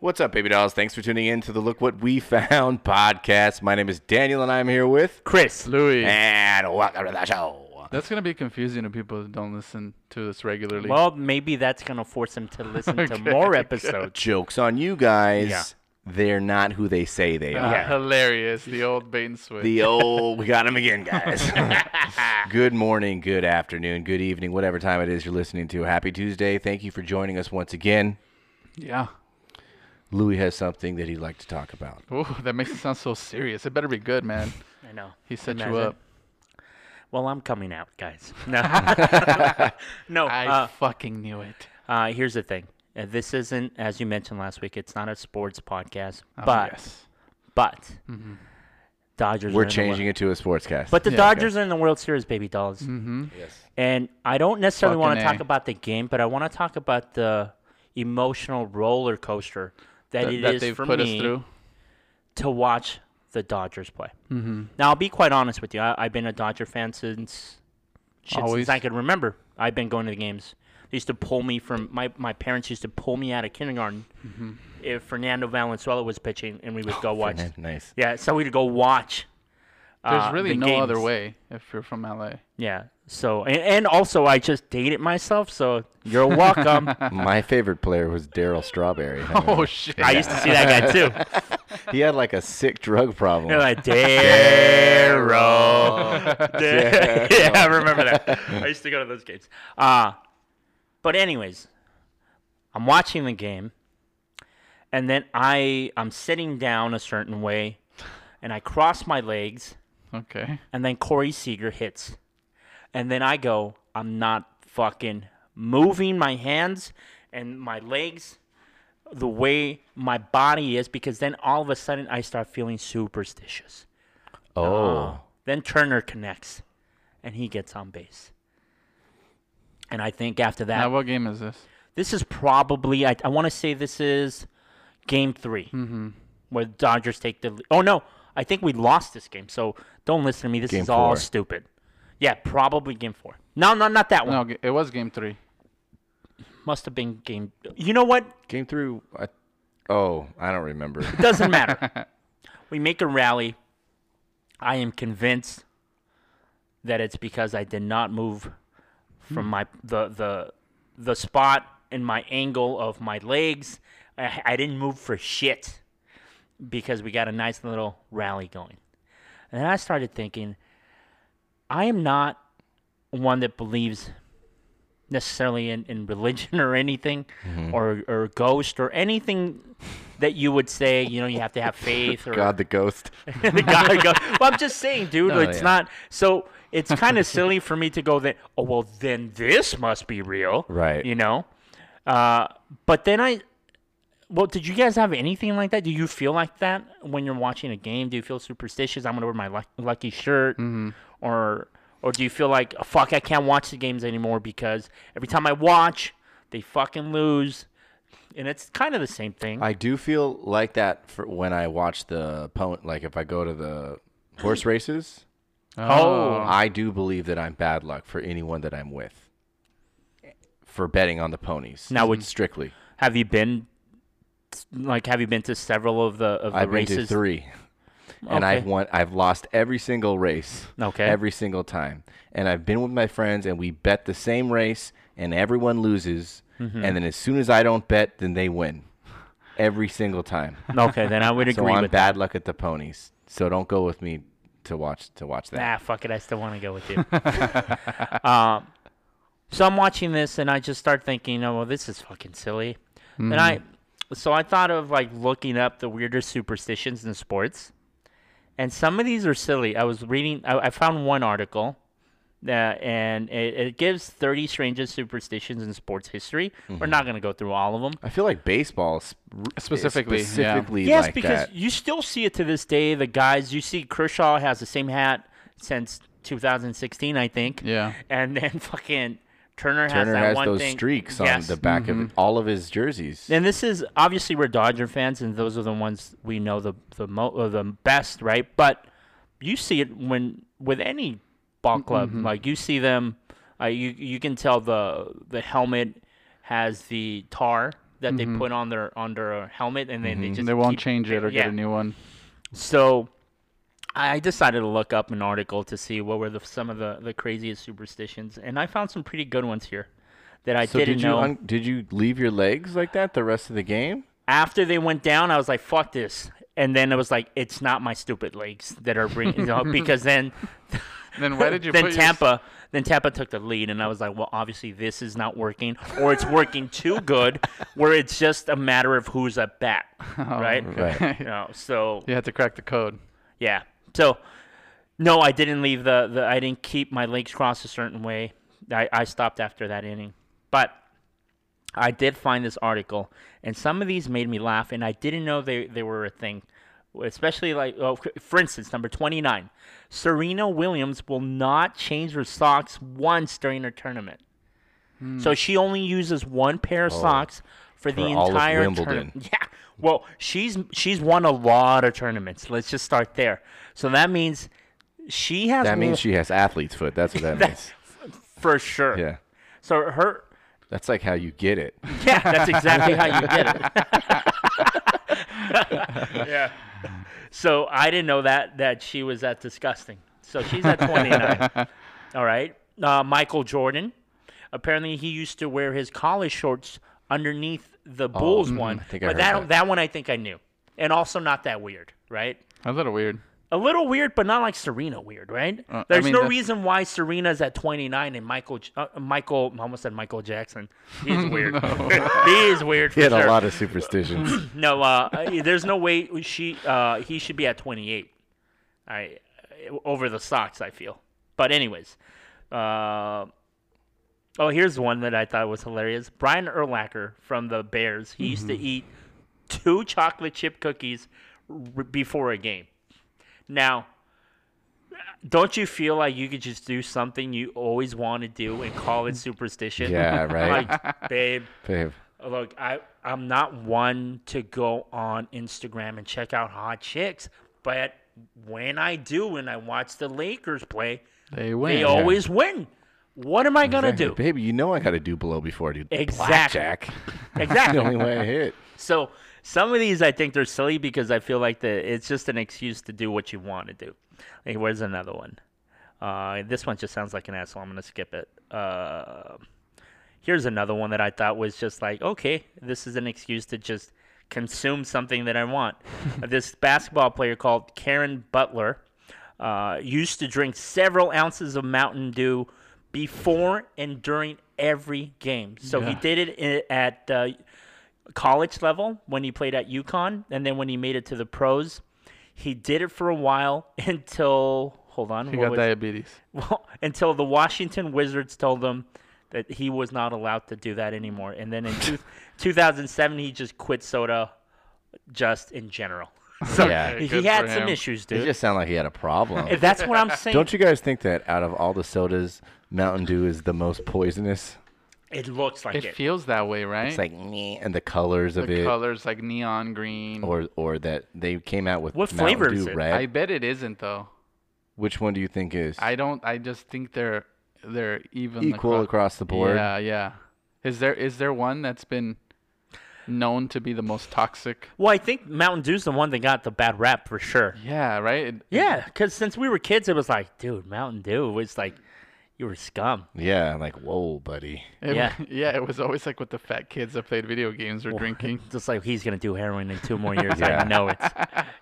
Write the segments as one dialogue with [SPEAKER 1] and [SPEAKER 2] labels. [SPEAKER 1] What's up, baby dolls? Thanks for tuning in to the Look What We Found podcast. My name is Daniel, and I'm here with Chris
[SPEAKER 2] Louis.
[SPEAKER 1] And welcome to the show.
[SPEAKER 2] That's gonna be confusing to people that don't listen to this regularly.
[SPEAKER 3] Well, maybe that's gonna force him to listen to
[SPEAKER 2] Okay,
[SPEAKER 3] more
[SPEAKER 2] good.
[SPEAKER 3] episodes.
[SPEAKER 1] Jokes on you guys.
[SPEAKER 3] Yeah. Uh-huh.
[SPEAKER 1] They're not who they say they
[SPEAKER 2] Ah,
[SPEAKER 1] are.
[SPEAKER 2] hilarious. The old bait and switch.
[SPEAKER 1] The old, we got him again, guys. good morning, good afternoon, good evening, whatever time it is you're listening to. Happy Tuesday. Thank you for joining us once again.
[SPEAKER 2] yeah.
[SPEAKER 1] Louis has something that he'd like to talk about.
[SPEAKER 2] Ooh, that makes it sound so serious. It better be good, man.
[SPEAKER 3] I know.
[SPEAKER 2] He set
[SPEAKER 3] Imagine.
[SPEAKER 2] you up.
[SPEAKER 3] Well, I'm coming out, guys. No, no.
[SPEAKER 2] I
[SPEAKER 3] Uh,
[SPEAKER 2] fucking knew it.
[SPEAKER 3] uh, here's the thing. Uh, this isn't, as you mentioned last week, it's not a sports podcast.
[SPEAKER 2] Oh,
[SPEAKER 3] but
[SPEAKER 2] yes. Mm-hmm.
[SPEAKER 3] but Dodgers.
[SPEAKER 1] We're
[SPEAKER 3] are in the World-
[SPEAKER 1] changing it to a sportscast.
[SPEAKER 3] But the
[SPEAKER 2] Yeah, okay.
[SPEAKER 3] Dodgers are in the World Series, baby dolls.
[SPEAKER 2] hmm
[SPEAKER 3] And I don't necessarily want to
[SPEAKER 2] Fucking A.
[SPEAKER 3] talk about the game, but I want to talk about the emotional roller coaster that,
[SPEAKER 2] That,
[SPEAKER 3] it
[SPEAKER 2] that
[SPEAKER 3] is
[SPEAKER 2] they've
[SPEAKER 3] for
[SPEAKER 2] put
[SPEAKER 3] me
[SPEAKER 2] us through.
[SPEAKER 3] to watch the Dodgers play. Mm-hmm. Now, I'll be quite honest with you. I, I've been a Dodger fan since shit,
[SPEAKER 2] Always.
[SPEAKER 3] since I could remember. I've been going to the games. They used to pull me from my my parents used to pull me out of kindergarten
[SPEAKER 2] Mm-hmm.
[SPEAKER 3] if Fernando Valenzuela was pitching, and we
[SPEAKER 2] Oh,
[SPEAKER 3] would go watch.
[SPEAKER 1] Nice. nice.
[SPEAKER 3] Yeah, so we'd go watch.
[SPEAKER 2] There's
[SPEAKER 3] uh,
[SPEAKER 2] really
[SPEAKER 3] the
[SPEAKER 2] no other
[SPEAKER 3] games.
[SPEAKER 2] way if you're from LA.
[SPEAKER 3] Yeah. So and, and also I just dated myself, so you're welcome.
[SPEAKER 1] My favorite player was Daryl Strawberry.
[SPEAKER 2] Oh shit.
[SPEAKER 3] I used to see that guy too.
[SPEAKER 1] He had like a sick drug problem.
[SPEAKER 3] They're like, Darryl. Dar- yeah, I remember that. I used to go to those games. Uh, but anyways, I'm watching the game, and then I I'm sitting down a certain way, and I cross my legs,
[SPEAKER 2] Okay.
[SPEAKER 3] and then Corey Seager hits, and then I go, I'm not fucking moving my hands and my legs. The way my body is, because then all of a sudden I start feeling superstitious.
[SPEAKER 1] oh.
[SPEAKER 3] Then Turner connects, and he gets on base. And I think after that,
[SPEAKER 2] Now what game is this?
[SPEAKER 3] this is probably I, I want to say this is game 3 mm-hmm. where the Dodgers take the. le- Oh no, I think we lost this game. So don't listen to me. This
[SPEAKER 1] Game
[SPEAKER 3] is all
[SPEAKER 1] four.
[SPEAKER 3] stupid. Yeah, probably game four. No, no, not that one.
[SPEAKER 2] No, g- it was game three.
[SPEAKER 3] Must have been game. You know what?
[SPEAKER 1] Came through. I, oh, I don't remember.
[SPEAKER 3] Doesn't matter. we make a rally. I am convinced that it's because I did not move from my the the the spot and my angle of my legs. I, I didn't move for shit because we got a nice little rally going. And I started thinking, I am not one that believes necessarily in, in religion or anything or, or ghost or anything that you would say, you know, you have to have faith or
[SPEAKER 1] God the ghost.
[SPEAKER 3] the guy go- Well, I'm just saying, dude.
[SPEAKER 1] No, Oh,
[SPEAKER 3] it's
[SPEAKER 1] yeah.
[SPEAKER 3] not. So it's kind of silly for me to go that. Oh well, then this must be real,
[SPEAKER 1] Right.
[SPEAKER 3] You know. Uh, but then I. Well, did you guys have anything like that? Do you feel like that when you're watching a game? Do you feel superstitious? I'm gonna wear my luck- lucky shirt,
[SPEAKER 1] Mm-hmm.
[SPEAKER 3] or or do you feel like fuck? I can't watch the games anymore because every time I watch, they fucking lose, and it's kind of the same thing.
[SPEAKER 1] I do feel like that for when I watch the opponent. Like if I go to the horse races,
[SPEAKER 2] Oh.
[SPEAKER 1] I do believe that I'm bad luck for anyone that I'm with. For betting on the ponies.
[SPEAKER 3] Now, would-
[SPEAKER 1] strictly.
[SPEAKER 3] Have you been like have you been to several of the of the
[SPEAKER 1] I've
[SPEAKER 3] races?
[SPEAKER 1] been to three, and I've
[SPEAKER 3] Okay.
[SPEAKER 1] won. I've lost every single race.
[SPEAKER 3] Okay.
[SPEAKER 1] Every single time, and I've been with my friends, and we bet the same race, and everyone loses.
[SPEAKER 3] Mm-hmm. Hmm.
[SPEAKER 1] And then as soon as I don't bet, then they win, every single time.
[SPEAKER 3] Okay, then I would
[SPEAKER 1] so
[SPEAKER 3] agree
[SPEAKER 1] I'm
[SPEAKER 3] with
[SPEAKER 1] bad luck at the ponies. So don't go with me to watch to watch that.
[SPEAKER 3] Nah, fuck it. I still want to go with you. um, so I'm watching this and I just start thinking, oh, well, this is fucking silly. And
[SPEAKER 2] Mm.
[SPEAKER 1] Mm.
[SPEAKER 3] I, so I thought of like looking up the weirdest superstitions in sports. And some of these are silly. I was reading, I, I found one article. Uh, and it, it gives 30 strangest superstitions in sports history. We're
[SPEAKER 1] Mm-hmm.
[SPEAKER 3] not going to go through all of them.
[SPEAKER 1] I feel like baseball is r-
[SPEAKER 2] Specifically, yeah.
[SPEAKER 1] specifically
[SPEAKER 3] Yes,
[SPEAKER 1] like
[SPEAKER 3] because
[SPEAKER 1] that.
[SPEAKER 3] you still see it to this day. The guys you see, Kershaw has the same hat since 2016, I think.
[SPEAKER 2] Yeah.
[SPEAKER 3] And then fucking Turner, has
[SPEAKER 1] Turner
[SPEAKER 3] that
[SPEAKER 1] has
[SPEAKER 3] one
[SPEAKER 1] those
[SPEAKER 3] thing.
[SPEAKER 1] streaks
[SPEAKER 3] yes.
[SPEAKER 1] on the back of
[SPEAKER 3] Mm-hmm.
[SPEAKER 1] all of his jerseys.
[SPEAKER 3] And this is obviously we're Dodger fans, and those are the ones we know the the mo- or the best, right? But you see it when with any
[SPEAKER 1] Mm-hmm.
[SPEAKER 3] ball club, like you see them, uh, you you can tell the the helmet has the tar that
[SPEAKER 1] Mm-hmm.
[SPEAKER 3] they put on their on their helmet, and then they just
[SPEAKER 2] They
[SPEAKER 3] keep-
[SPEAKER 2] won't change it or get
[SPEAKER 3] yeah.
[SPEAKER 2] a new one.
[SPEAKER 3] So I decided to look up an article to see what were the, some of the, the craziest superstitions, and I found some pretty good ones here that I
[SPEAKER 1] So
[SPEAKER 3] didn't
[SPEAKER 1] did you
[SPEAKER 3] know.
[SPEAKER 1] un- did you leave your legs like that the rest of the game?
[SPEAKER 3] After they went down, I was like, "Fuck this." And then it was like, it's not my stupid legs that are bringing you know, because then,
[SPEAKER 2] Then why did you
[SPEAKER 3] then
[SPEAKER 2] put your s-
[SPEAKER 3] Tampa, then Tampa took the lead, and I was like, well, obviously this is not working, or it's working too good, where it's just a matter of who's up bat,
[SPEAKER 2] Oh,
[SPEAKER 3] right?
[SPEAKER 1] Right.
[SPEAKER 3] You know, so
[SPEAKER 2] you had to crack the code.
[SPEAKER 3] Yeah. So, no, I didn't leave the, the I didn't keep my legs crossed a certain way. I, I stopped after that inning. But I did find this article, and some of these made me laugh, and I didn't know they, they were a thing. Especially like, oh, f- for instance, number 29 Serena Williams will not change her socks once during her tournament. So she only uses one pair of socks for the
[SPEAKER 1] For Oh. all of
[SPEAKER 3] entire
[SPEAKER 1] Wimbledon.
[SPEAKER 3] tournament. Yeah. Well, she's she's won a lot of tournaments. Let's just start there. So that means she has
[SPEAKER 1] That
[SPEAKER 3] won-
[SPEAKER 1] means she has athlete's foot. That's what that means.
[SPEAKER 3] That's- for sure.
[SPEAKER 1] Yeah.
[SPEAKER 3] So her
[SPEAKER 1] That's like how you get it.
[SPEAKER 3] yeah, that's exactly how you get it. yeah. So I didn't know that that she was that disgusting. So she's at 29. All right. Uh, Michael Jordan. Apparently, he used to wear his college shorts underneath the Bulls one.
[SPEAKER 1] think Oh, mm, I heard
[SPEAKER 3] but that
[SPEAKER 1] that.
[SPEAKER 3] that one I think I knew, and also not that weird, right?
[SPEAKER 2] A little weird.
[SPEAKER 3] a little weird, but not like Serena weird, right?
[SPEAKER 2] Uh, I
[SPEAKER 3] There's
[SPEAKER 2] mean,
[SPEAKER 3] no
[SPEAKER 2] that's-
[SPEAKER 3] reason why Serena's at 29 and Michael, J- uh, Michael, I almost said Michael Jackson. He's weird. he is weird for
[SPEAKER 1] He had
[SPEAKER 3] sure.
[SPEAKER 1] a lot of superstitions.
[SPEAKER 3] No, uh, uh, there's no way she, uh, he should be at 28. I over the socks, I feel. But anyways, uh, oh, here's one that I thought was hilarious. Brian Erlacher from the Bears. He used to
[SPEAKER 1] Mm-hmm.
[SPEAKER 3] eat two chocolate chip cookies r- before a game. Now, don't you feel like you could just do something you always want to do and call it superstition?
[SPEAKER 1] yeah, right.
[SPEAKER 3] Like, babe,
[SPEAKER 1] Babe.
[SPEAKER 3] Look, I I'm not one to go on Instagram and check out hot chicks, but when I do and I watch the Lakers play,
[SPEAKER 2] They win.
[SPEAKER 3] they always win. What am I gonna
[SPEAKER 1] Exactly.
[SPEAKER 3] do?
[SPEAKER 1] Baby, you know I got to do below before I do
[SPEAKER 3] Exactly.
[SPEAKER 1] blackjack. the
[SPEAKER 3] Exactly.
[SPEAKER 1] only way I hit.
[SPEAKER 3] so some of these I think they're silly because I feel like the it's just an excuse to do what you want to do. Hey, where's another one? Uh, this one just sounds like an asshole. I'm gonna skip it. Uh, here's another one that I thought was just like, okay, this is an excuse to just consume something that I want. this basketball player called Karen Butler uh, used to drink several ounces of Mountain Dew before and during every game. So he
[SPEAKER 2] Yeah.
[SPEAKER 3] did it i- at uh, college level when he played at UConn, and then when he made it to the pros, he did it for a while until. Hold on.
[SPEAKER 2] He
[SPEAKER 3] what
[SPEAKER 2] got
[SPEAKER 3] was-
[SPEAKER 2] diabetes.
[SPEAKER 3] well, until the Washington Wizards told him that he was not allowed to do that anymore. And then in two, 2007, he just quit soda just in general. So
[SPEAKER 1] Yeah.
[SPEAKER 2] Hey,
[SPEAKER 3] he
[SPEAKER 2] good
[SPEAKER 3] had
[SPEAKER 2] for
[SPEAKER 3] some
[SPEAKER 2] him.
[SPEAKER 3] issues,
[SPEAKER 1] It
[SPEAKER 3] dude.
[SPEAKER 1] just sounded like he had a problem.
[SPEAKER 3] That's what I'm saying.
[SPEAKER 1] Don't you guys think that out of all the sodas, Mountain Dew is the most poisonous?
[SPEAKER 3] it looks like
[SPEAKER 2] It
[SPEAKER 3] it.
[SPEAKER 2] feels that way, right?
[SPEAKER 1] It's like meh, and the colors of
[SPEAKER 2] the
[SPEAKER 1] it,
[SPEAKER 2] colors like neon green.
[SPEAKER 1] or or that they came out with
[SPEAKER 3] What
[SPEAKER 1] Mountain
[SPEAKER 3] flavor
[SPEAKER 1] Dew
[SPEAKER 3] is it?
[SPEAKER 1] Red.
[SPEAKER 2] I bet it isn't though.
[SPEAKER 1] Which one do you think is
[SPEAKER 2] I don't. I just think they're they're even
[SPEAKER 1] equal
[SPEAKER 2] acro-
[SPEAKER 1] across the board?
[SPEAKER 2] Yeah, yeah. Is there is there one that's been known to be the most toxic?
[SPEAKER 3] well, I think Mountain Dew's the one that got the bad rap for sure.
[SPEAKER 2] Yeah, right. It-
[SPEAKER 3] Yeah, because since we were kids, it was like, dude, Mountain Dew was like, you were scum.
[SPEAKER 1] Yeah, like whoa, buddy.
[SPEAKER 2] it-
[SPEAKER 3] Yeah.
[SPEAKER 2] yeah. It was always like what the fat kids that played video games were drinking.
[SPEAKER 3] Just like he's gonna do heroin in two more years.
[SPEAKER 1] Yeah.
[SPEAKER 3] I know it.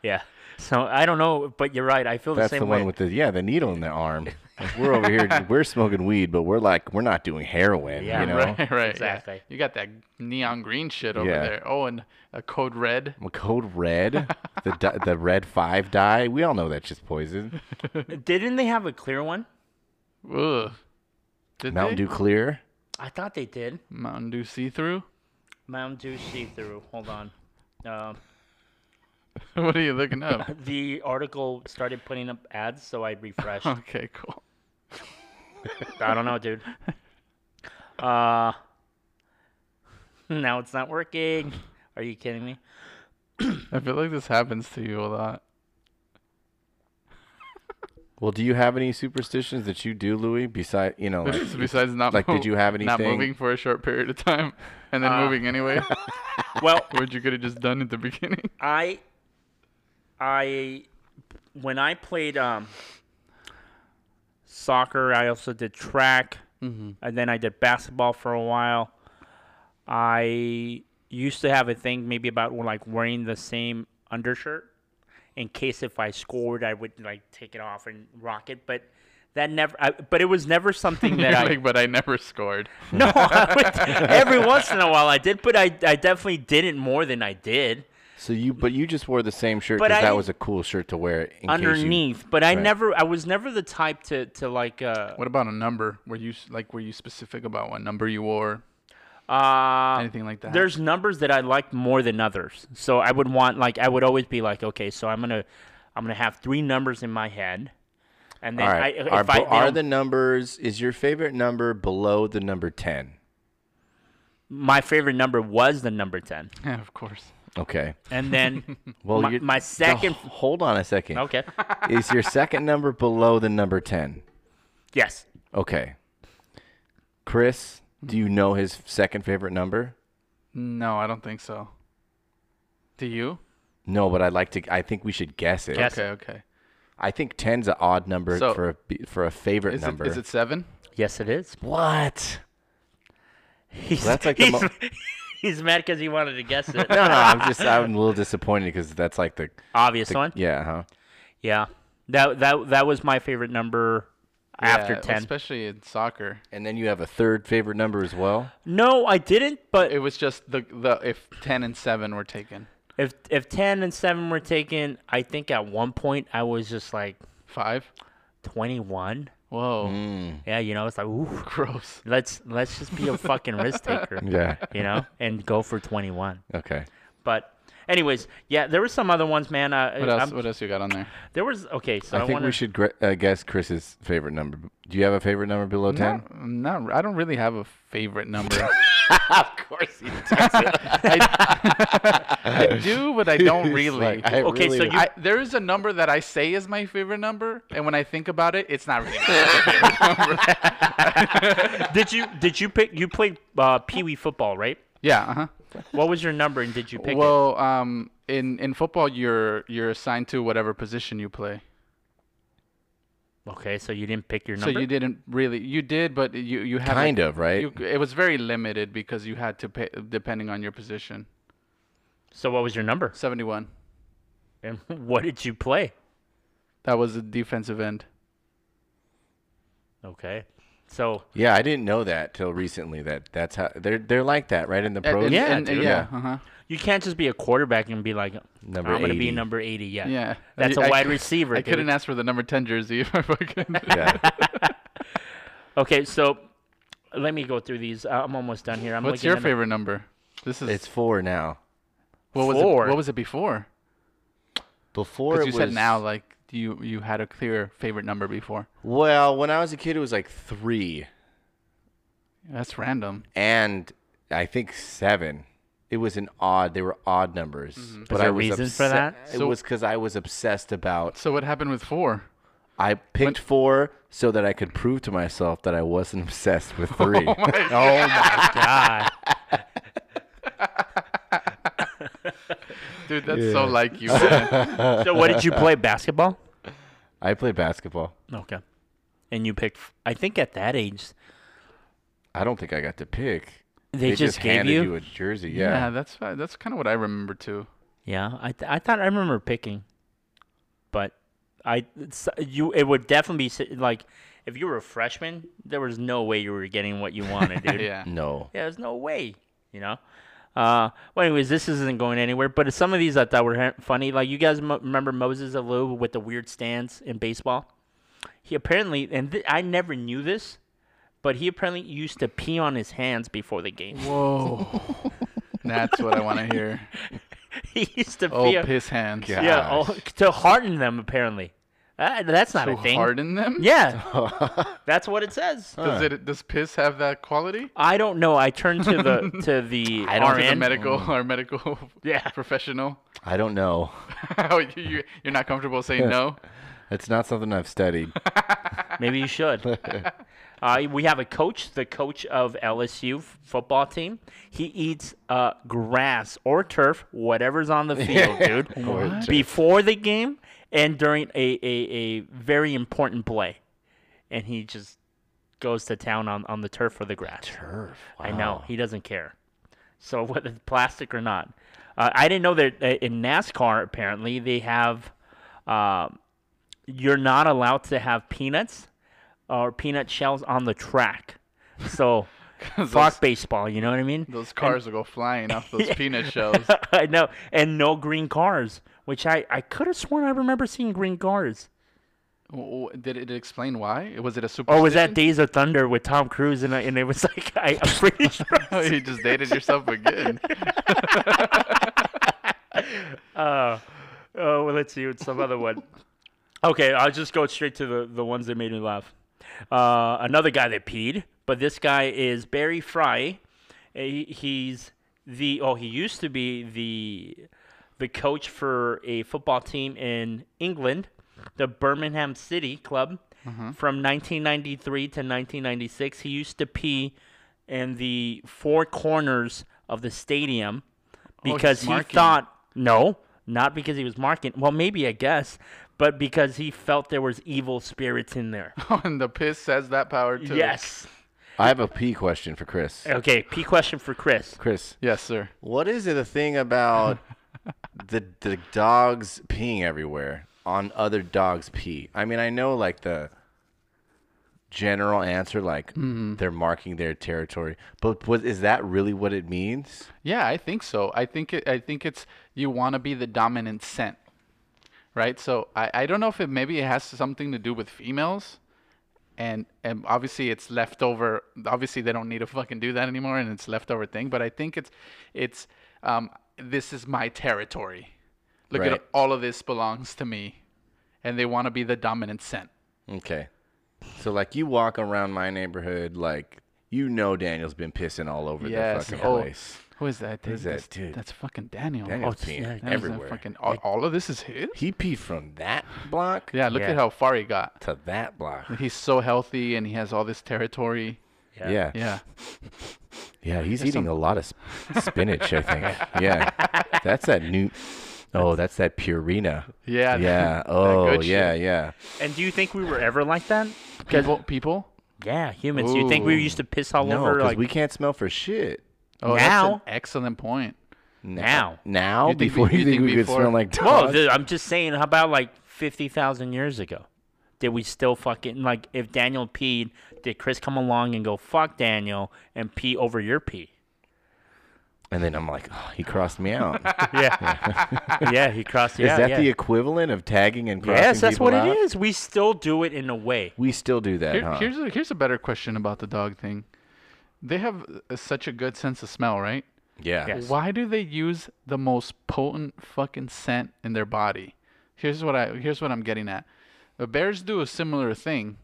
[SPEAKER 3] Yeah. So I don't know, but you're right. I feel
[SPEAKER 1] That's
[SPEAKER 3] the
[SPEAKER 1] the,
[SPEAKER 3] same way.
[SPEAKER 1] one with the yeah, the needle in the arm. Like, we're over here, we're smoking weed, but we're like we're not doing heroin.
[SPEAKER 3] Yeah,
[SPEAKER 1] you know,
[SPEAKER 2] right, right. yeah.
[SPEAKER 3] exactly.
[SPEAKER 2] You got that neon green shit over
[SPEAKER 1] Yeah.
[SPEAKER 2] there. Oh, and a code red.
[SPEAKER 1] Well, code red, the di- the red five dye. We all know that's just poison.
[SPEAKER 3] Didn't they have a clear one?
[SPEAKER 2] Ugh. Did
[SPEAKER 1] Mountain
[SPEAKER 2] they?
[SPEAKER 1] Dew clear.
[SPEAKER 3] I thought they did.
[SPEAKER 2] Mountain Dew see through.
[SPEAKER 3] Mountain Dew see through. Hold on. Um,
[SPEAKER 2] what are you looking up?
[SPEAKER 3] the article started putting up ads, so I refreshed.
[SPEAKER 2] okay, cool.
[SPEAKER 3] I don't know, dude. Uh, now it's not working. Are you kidding me?
[SPEAKER 2] I feel like this happens to you a lot.
[SPEAKER 1] Well, do you have any superstitions that you do, Louis? Besides, you know, like,
[SPEAKER 2] Besides not
[SPEAKER 1] like, did
[SPEAKER 2] move-
[SPEAKER 1] you have
[SPEAKER 2] not
[SPEAKER 1] anything?
[SPEAKER 2] moving for a short period of time and then
[SPEAKER 3] Uh,
[SPEAKER 2] moving anyway,
[SPEAKER 3] Well,
[SPEAKER 2] which you could have just done at the beginning.
[SPEAKER 3] I, I, when I played um, soccer, I also did track, and then I did basketball for a while. I used to have a thing maybe about like wearing the same undershirt in case if I scored, I would like take it off and rock it, but. That never, I, but it was never something that I
[SPEAKER 2] Like, but I never scored.
[SPEAKER 3] No, I would, every once in a while I did, but I, I definitely didn't more than I did
[SPEAKER 1] so you, but you just wore the same shirt
[SPEAKER 3] But
[SPEAKER 1] because
[SPEAKER 3] I-
[SPEAKER 1] that was a cool shirt to wear in case you-
[SPEAKER 3] underneath. but I
[SPEAKER 1] right.
[SPEAKER 3] never, I was never the type to to like. Uh,
[SPEAKER 2] What about a number? Were you s- like were you specific about what number you wore?
[SPEAKER 3] uh,
[SPEAKER 2] Anything like that?
[SPEAKER 3] there's numbers that I liked more than others, so I would want like I would always be like, okay, so I'm gonna I'm gonna have three numbers in my head, and then
[SPEAKER 1] All right.
[SPEAKER 3] I, if
[SPEAKER 1] are,
[SPEAKER 3] I
[SPEAKER 1] bo- are
[SPEAKER 3] don't-
[SPEAKER 1] the numbers? Is your favorite number below the number ten?
[SPEAKER 3] my favorite number was the number ten,
[SPEAKER 2] yeah, of course.
[SPEAKER 1] Okay.
[SPEAKER 3] and then
[SPEAKER 1] Well,
[SPEAKER 3] my,
[SPEAKER 1] you're-
[SPEAKER 3] my second.
[SPEAKER 1] Oh, hold on a second.
[SPEAKER 3] Okay.
[SPEAKER 1] Is your second number below the number ten?
[SPEAKER 3] Yes.
[SPEAKER 1] Okay. Chris, do you know his second favorite number?
[SPEAKER 2] No, I don't think so. Do you?
[SPEAKER 1] No, but I'd like to. I think we should guess it.
[SPEAKER 3] Guess.
[SPEAKER 2] Okay, okay.
[SPEAKER 1] I think 10's an odd number
[SPEAKER 2] So-
[SPEAKER 1] for a b- for a favorite
[SPEAKER 2] Is it,
[SPEAKER 1] number.
[SPEAKER 2] is it seven?
[SPEAKER 3] Yes, it is.
[SPEAKER 1] what?
[SPEAKER 3] He's,
[SPEAKER 1] That's like the
[SPEAKER 3] he's,
[SPEAKER 1] mo-
[SPEAKER 3] he's mad because he wanted to guess it.
[SPEAKER 1] No, no. I'm just. I'm a little disappointed because that's like the.
[SPEAKER 3] obvious
[SPEAKER 1] the
[SPEAKER 3] one.
[SPEAKER 1] yeah. Huh.
[SPEAKER 3] Yeah, that that that was my favorite number after
[SPEAKER 2] Yeah,
[SPEAKER 3] ten.
[SPEAKER 2] Especially in soccer.
[SPEAKER 1] And then you have a third favorite number as well.
[SPEAKER 3] no, I didn't. But
[SPEAKER 2] It was just the the if ten and seven were taken.
[SPEAKER 3] if if ten and seven were taken, I think at one point I was just like
[SPEAKER 2] Five?
[SPEAKER 3] twenty one.
[SPEAKER 2] Whoa.
[SPEAKER 3] Mm. Yeah, you know, it's like ooh,
[SPEAKER 2] Gross.
[SPEAKER 3] let's let's just be a fucking risk taker.
[SPEAKER 1] Yeah.
[SPEAKER 3] You know, and go for twenty one.
[SPEAKER 1] Okay.
[SPEAKER 3] But anyways, yeah, there were some other ones, man. Uh,
[SPEAKER 2] What else
[SPEAKER 3] I'm-
[SPEAKER 2] what else you got on there?
[SPEAKER 3] there was okay, so I,
[SPEAKER 1] I think
[SPEAKER 3] wanna,
[SPEAKER 1] we should gre- uh, guess Chris's favorite number. Do you have a favorite number below 10?
[SPEAKER 2] Not, not I don't really have a favorite number.
[SPEAKER 3] of course. you did.
[SPEAKER 2] I do, but I don't really.
[SPEAKER 3] Okay, so you-
[SPEAKER 2] I, there is a number that I say is my favorite number, and when I think about it, it's not really. My favorite number.
[SPEAKER 3] did you did you pick you played uh, pee wee football right?
[SPEAKER 2] Yeah. Uh-huh.
[SPEAKER 3] What was your number and did you pick it?
[SPEAKER 2] Well, um, in in football, you're you're assigned to whatever position you play.
[SPEAKER 3] Okay, so you didn't pick your number.
[SPEAKER 2] So you didn't really. You did, but you you have
[SPEAKER 1] kind of right.
[SPEAKER 2] You, it was very limited because you had to pay depending on your position.
[SPEAKER 3] So what was your number?
[SPEAKER 2] Seventy-one.
[SPEAKER 3] And what did you play?
[SPEAKER 2] That was a defensive end.
[SPEAKER 3] Okay. So
[SPEAKER 1] yeah, I didn't know that till recently. That that's how they're they're like that, right? In the pros.
[SPEAKER 2] And-
[SPEAKER 3] Yeah,
[SPEAKER 2] and-
[SPEAKER 3] dude.
[SPEAKER 2] yeah. Uh-huh.
[SPEAKER 3] you can't just be a quarterback and be like,
[SPEAKER 1] Number
[SPEAKER 3] I'm going to be
[SPEAKER 1] 80.
[SPEAKER 3] number 80. Yeah.
[SPEAKER 2] Yeah.
[SPEAKER 3] That's
[SPEAKER 2] a
[SPEAKER 3] a wide receiver.
[SPEAKER 2] I
[SPEAKER 3] dude.
[SPEAKER 2] couldn't ask for the number ten jersey if I fucking.
[SPEAKER 1] Yeah.
[SPEAKER 3] Okay, so let me go through these. Uh, I'm almost done here. I'm
[SPEAKER 2] What's
[SPEAKER 3] looking
[SPEAKER 2] your
[SPEAKER 3] at-
[SPEAKER 2] favorite number? This is
[SPEAKER 1] it's four now.
[SPEAKER 2] what was
[SPEAKER 3] four.
[SPEAKER 2] it? What was it before?
[SPEAKER 1] Before
[SPEAKER 2] Because
[SPEAKER 1] it
[SPEAKER 2] you
[SPEAKER 1] was
[SPEAKER 2] said now, like you you had a clear favorite number before.
[SPEAKER 1] Well, when I was a kid, it was like three
[SPEAKER 2] That's random.
[SPEAKER 1] and I think seven. It was an odd. They were odd numbers. But
[SPEAKER 3] there
[SPEAKER 1] I
[SPEAKER 3] a
[SPEAKER 1] was
[SPEAKER 3] reason for
[SPEAKER 1] obse-
[SPEAKER 3] that?
[SPEAKER 1] It
[SPEAKER 2] So-
[SPEAKER 1] was because I was obsessed about.
[SPEAKER 2] So what happened with four?
[SPEAKER 1] I picked four so that I could prove to myself that I wasn't obsessed with three.
[SPEAKER 3] Oh my god.
[SPEAKER 2] Dude, that's so like you. man.
[SPEAKER 3] So what did you play basketball?
[SPEAKER 1] I played basketball.
[SPEAKER 3] Okay. And you picked I think at that age
[SPEAKER 1] I don't think I got to pick.
[SPEAKER 3] they, just, gave
[SPEAKER 1] handed
[SPEAKER 3] you,
[SPEAKER 1] you. a jersey.
[SPEAKER 2] yeah.
[SPEAKER 1] Yeah.
[SPEAKER 2] that's fi- that's kind of what I remember too.
[SPEAKER 3] Yeah, I th- I thought I remember picking, but I it's- you it would definitely be si- like if you were a freshman, there was no way you were getting what you wanted, dude.
[SPEAKER 2] Yeah.
[SPEAKER 1] No.
[SPEAKER 3] Yeah, there's no way, you know. Uh, well, anyways, this isn't going anywhere. But some of these I thought were he- funny. Like you guys mo- remember Moses Alou with the weird stance in baseball? He apparently, and th- I never knew this, but he apparently used to pee on his hands before the game.
[SPEAKER 2] Whoa. that's what I want to hear.
[SPEAKER 3] he used to
[SPEAKER 2] Oh,
[SPEAKER 3] pee. on-
[SPEAKER 2] piss hands.
[SPEAKER 1] Yeah.
[SPEAKER 3] yeah, oh, to hearten them apparently. That, that's not
[SPEAKER 2] To
[SPEAKER 3] a thing.
[SPEAKER 2] Oh, harden them.
[SPEAKER 3] Yeah, that's what it says.
[SPEAKER 2] Does it? Does piss have that quality?
[SPEAKER 3] I don't know. I turned to the to the
[SPEAKER 1] I don't
[SPEAKER 2] To
[SPEAKER 1] think
[SPEAKER 2] the
[SPEAKER 3] RN.
[SPEAKER 2] medical
[SPEAKER 1] Mm.
[SPEAKER 2] or medical
[SPEAKER 3] Yeah.
[SPEAKER 2] professional.
[SPEAKER 1] I don't know.
[SPEAKER 2] Oh, you, you- you're not comfortable saying no.
[SPEAKER 1] It's not something I've studied.
[SPEAKER 3] Maybe you should. uh, we have a coach, the coach of LSU f- football team. He eats uh, grass or turf, whatever's on the field, dude,
[SPEAKER 1] Or turf.
[SPEAKER 3] before the game and during a, a, a very important play. And he just goes to town on, on the turf or the grass.
[SPEAKER 1] Turf.
[SPEAKER 3] I know. He doesn't care. So whether it's plastic or not. Uh, I didn't know that uh, in NASCAR, apparently, they have. um you're not allowed to have peanuts or peanut shells on the track. So, fuck
[SPEAKER 2] those-
[SPEAKER 3] baseball, you know what I mean?
[SPEAKER 2] Those cars will go flying off those peanut shells.
[SPEAKER 3] I know. And no green cars, which I, I could have sworn I remember seeing green cars.
[SPEAKER 2] W- w- Did it explain why? Was it a super?
[SPEAKER 3] Or Oh, was that Days of Thunder with Tom Cruise? And, I, and it was like, I, I'm pretty sure. I
[SPEAKER 2] you just dated yourself again.
[SPEAKER 3] Uh, oh, well, let's see. It's some other one. Okay, I'll just go straight to the, the ones that made me laugh. Uh, another guy that peed, but this guy is Barry Fry. Eh, He, he's the oh, he used to be the the coach for a football team in England, the Birmingham City Club,
[SPEAKER 2] Mm-hmm.
[SPEAKER 3] from 1993 to 1996. He used to pee in the four corners of the stadium
[SPEAKER 2] Oh, he's
[SPEAKER 3] because he
[SPEAKER 2] marking.
[SPEAKER 3] thought no, not because he was marking. Well, maybe I guess, but because he felt there was evil spirits in there.
[SPEAKER 2] Oh, and the piss has that power too.
[SPEAKER 3] Yes.
[SPEAKER 1] I have a P question for Chris.
[SPEAKER 3] Okay. P question for Chris.
[SPEAKER 1] Chris,
[SPEAKER 2] Yes, sir.
[SPEAKER 1] what is it the thing about the the dogs peeing everywhere on other dogs pee? I mean, I know like the general answer, like
[SPEAKER 2] Mm-hmm.
[SPEAKER 1] they're marking their territory, but what, is that really what it means?
[SPEAKER 2] Yeah, I think so. I think it, I think it's you want to be the dominant scent, right? So I, I don't know if it maybe it has something to do with females, and and obviously it's leftover. Obviously they don't need to fucking do that anymore, and it's leftover thing. But I think it's it's um, this is my territory. Look
[SPEAKER 1] Right.
[SPEAKER 2] at all of this belongs to me, and they want to be the dominant scent.
[SPEAKER 1] Okay. So like you walk around my neighborhood, like you know Daniel's been pissing all over
[SPEAKER 2] Yes.
[SPEAKER 1] the fucking
[SPEAKER 2] Oh,
[SPEAKER 1] place.
[SPEAKER 2] Who is that? Who
[SPEAKER 1] is that dude?
[SPEAKER 2] That's fucking Daniel. Oh,
[SPEAKER 1] Daniel's
[SPEAKER 3] it's-
[SPEAKER 1] peeing
[SPEAKER 3] yeah, Daniel's
[SPEAKER 2] That is a
[SPEAKER 1] everywhere.
[SPEAKER 2] Fucking, all, all of this is his.
[SPEAKER 1] He peed from that block
[SPEAKER 2] Yeah, look
[SPEAKER 3] Yeah.
[SPEAKER 2] at how far he got.
[SPEAKER 1] to that block.
[SPEAKER 2] He's so healthy and he has all this territory.
[SPEAKER 1] Yeah. Yeah,
[SPEAKER 2] Yeah.
[SPEAKER 1] he's eating a lot of sp- spinach, I think. yeah. That's that new Oh, that's that Purina.
[SPEAKER 2] Yeah. that-
[SPEAKER 1] Yeah.
[SPEAKER 2] that
[SPEAKER 1] Oh,
[SPEAKER 2] good
[SPEAKER 1] yeah,
[SPEAKER 2] shit.
[SPEAKER 1] yeah.
[SPEAKER 3] And do you think we were ever like that? Because
[SPEAKER 2] People, people.
[SPEAKER 3] yeah, humans. You think we
[SPEAKER 2] Ooh.
[SPEAKER 3] used to piss all
[SPEAKER 1] No,
[SPEAKER 3] over
[SPEAKER 1] cuz
[SPEAKER 3] like
[SPEAKER 1] we can't smell for shit.
[SPEAKER 2] Oh, that's an
[SPEAKER 3] Now-
[SPEAKER 2] excellent point.
[SPEAKER 1] Now,
[SPEAKER 3] Now.
[SPEAKER 1] now
[SPEAKER 2] You think we-
[SPEAKER 1] before you
[SPEAKER 2] you
[SPEAKER 1] think,
[SPEAKER 2] think
[SPEAKER 1] we
[SPEAKER 2] before-
[SPEAKER 1] could smell like
[SPEAKER 3] Well,
[SPEAKER 1] dogs.
[SPEAKER 3] dude, I'm just saying. How about like fifty thousand years ago? Did we still fucking like if Daniel peed? Did Chris come along and go fuck Daniel and pee over your pee?
[SPEAKER 1] and then I'm like, oh, he crossed me out.
[SPEAKER 3] Yeah, yeah, he crossed.
[SPEAKER 1] Is
[SPEAKER 3] Yeah,
[SPEAKER 1] that
[SPEAKER 3] yeah.
[SPEAKER 1] the equivalent of tagging and crossing
[SPEAKER 3] yes? That's
[SPEAKER 1] people
[SPEAKER 3] what
[SPEAKER 1] out?
[SPEAKER 3] it is. We still do it in a way.
[SPEAKER 1] We still do that,
[SPEAKER 2] Here-
[SPEAKER 1] huh?
[SPEAKER 2] Here's a here's a better question about the dog thing. They have uh, such a good sense of smell, right?
[SPEAKER 1] yeah.
[SPEAKER 3] Yes.
[SPEAKER 2] Why do they use the most potent fucking scent in their body? Here's what I here's what I'm getting at. The bears do a similar thing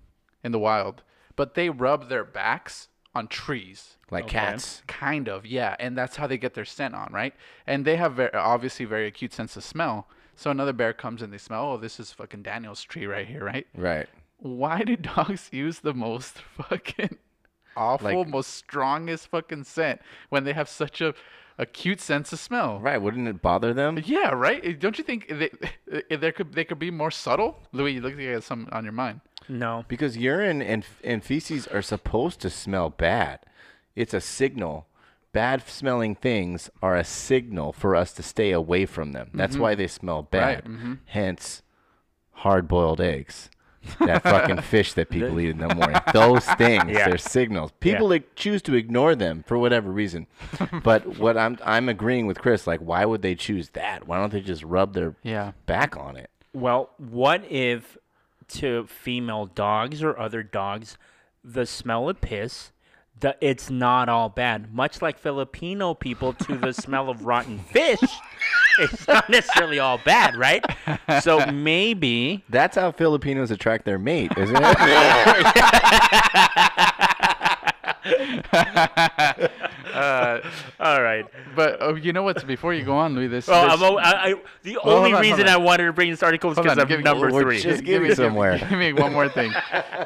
[SPEAKER 2] in the wild, but they rub their backs on trees.
[SPEAKER 1] Like cats.
[SPEAKER 2] Kind of, yeah, and that's how they get their scent on, right? And they have very, obviously very acute sense of smell. So another bear comes and they smell, oh, this is fucking Daniel's tree right here, right?
[SPEAKER 1] Right.
[SPEAKER 2] Why do dogs use the most fucking awful,
[SPEAKER 1] Like-
[SPEAKER 2] most strongest fucking scent when they have such a acute sense of smell?
[SPEAKER 1] Right. Wouldn't it bother them?
[SPEAKER 2] Yeah, right. Eh, Don't you think they, eh, there could they could be more subtle? Louis, you look like you have something on your mind.
[SPEAKER 3] No.
[SPEAKER 1] Because urine and, and feces are supposed to smell bad. It's a signal. Bad smelling things are a signal for us to stay away from them. That's
[SPEAKER 3] Mm-hmm.
[SPEAKER 1] why they smell bad. Hence, hard boiled eggs. That fucking fish that people eat in the morning. Those things,
[SPEAKER 3] Yeah.
[SPEAKER 1] they're signals. People like, choose to ignore them for whatever reason. But what I'm I'm agreeing with Chris, like why would they choose that? Why don't they just rub their
[SPEAKER 2] Yeah.
[SPEAKER 1] back on it?
[SPEAKER 3] Well, what if to female dogs or other dogs, the smell of piss, the, it's not all bad. Much like Filipino people to the smell of rotten fish, it's not necessarily all bad, right? So maybe
[SPEAKER 1] That's how Filipinos attract their mate, isn't it?
[SPEAKER 3] All right.
[SPEAKER 2] But oh, you know what? Before you go on, Louis, this.
[SPEAKER 3] Well,
[SPEAKER 2] this-
[SPEAKER 3] I'm, o- I, I, the
[SPEAKER 2] Well, hold
[SPEAKER 3] only
[SPEAKER 2] on, hold
[SPEAKER 3] reason
[SPEAKER 2] on.
[SPEAKER 3] I wanted to bring this article is
[SPEAKER 2] Hold
[SPEAKER 3] because
[SPEAKER 2] on,
[SPEAKER 3] of
[SPEAKER 2] give me-
[SPEAKER 3] number
[SPEAKER 1] we're
[SPEAKER 3] three.
[SPEAKER 1] just- give me
[SPEAKER 2] give
[SPEAKER 1] somewhere.
[SPEAKER 2] Give me one more thing.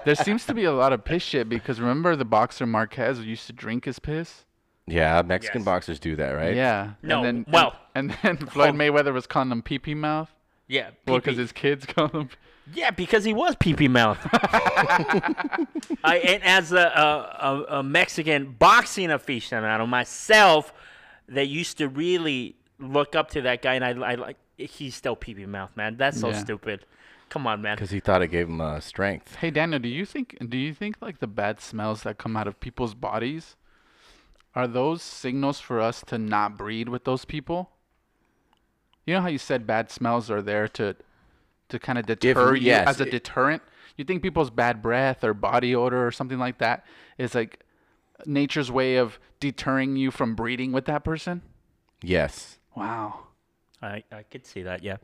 [SPEAKER 2] There seems to be a lot of piss shit because remember the boxer Marquez who used to drink his piss.
[SPEAKER 1] Yeah, Mexican
[SPEAKER 3] Yes.
[SPEAKER 1] boxers do that, right?
[SPEAKER 2] Yeah.
[SPEAKER 3] No,
[SPEAKER 2] And then,
[SPEAKER 3] well- oh.
[SPEAKER 2] And, and then Floyd
[SPEAKER 3] Hold-
[SPEAKER 2] Mayweather was calling him pee pee mouth.
[SPEAKER 3] yeah,
[SPEAKER 2] Well,
[SPEAKER 3] PP.
[SPEAKER 2] because his kids call him.
[SPEAKER 3] yeah, because he was PP mouth. I, and as a, a, a, a Mexican boxing aficionado myself, that used to really look up to that guy, and I, I like he's still PP mouth, man. That's so
[SPEAKER 2] Yeah.
[SPEAKER 3] stupid. Come on, man.
[SPEAKER 1] Because he thought it gave him uh, strength.
[SPEAKER 2] Hey Daniel, do you think do you think like the bad smells that come out of people's bodies are those signals for us to not breed with those people? You know how you said bad smells are there to to kind of deter you
[SPEAKER 1] yes,
[SPEAKER 2] as a
[SPEAKER 1] it-
[SPEAKER 2] deterrent? You think people's bad breath or body odor or something like that is like nature's way of deterring you from breeding with that person?
[SPEAKER 1] Yes.
[SPEAKER 2] Wow.
[SPEAKER 3] I, I could see that. Yeah.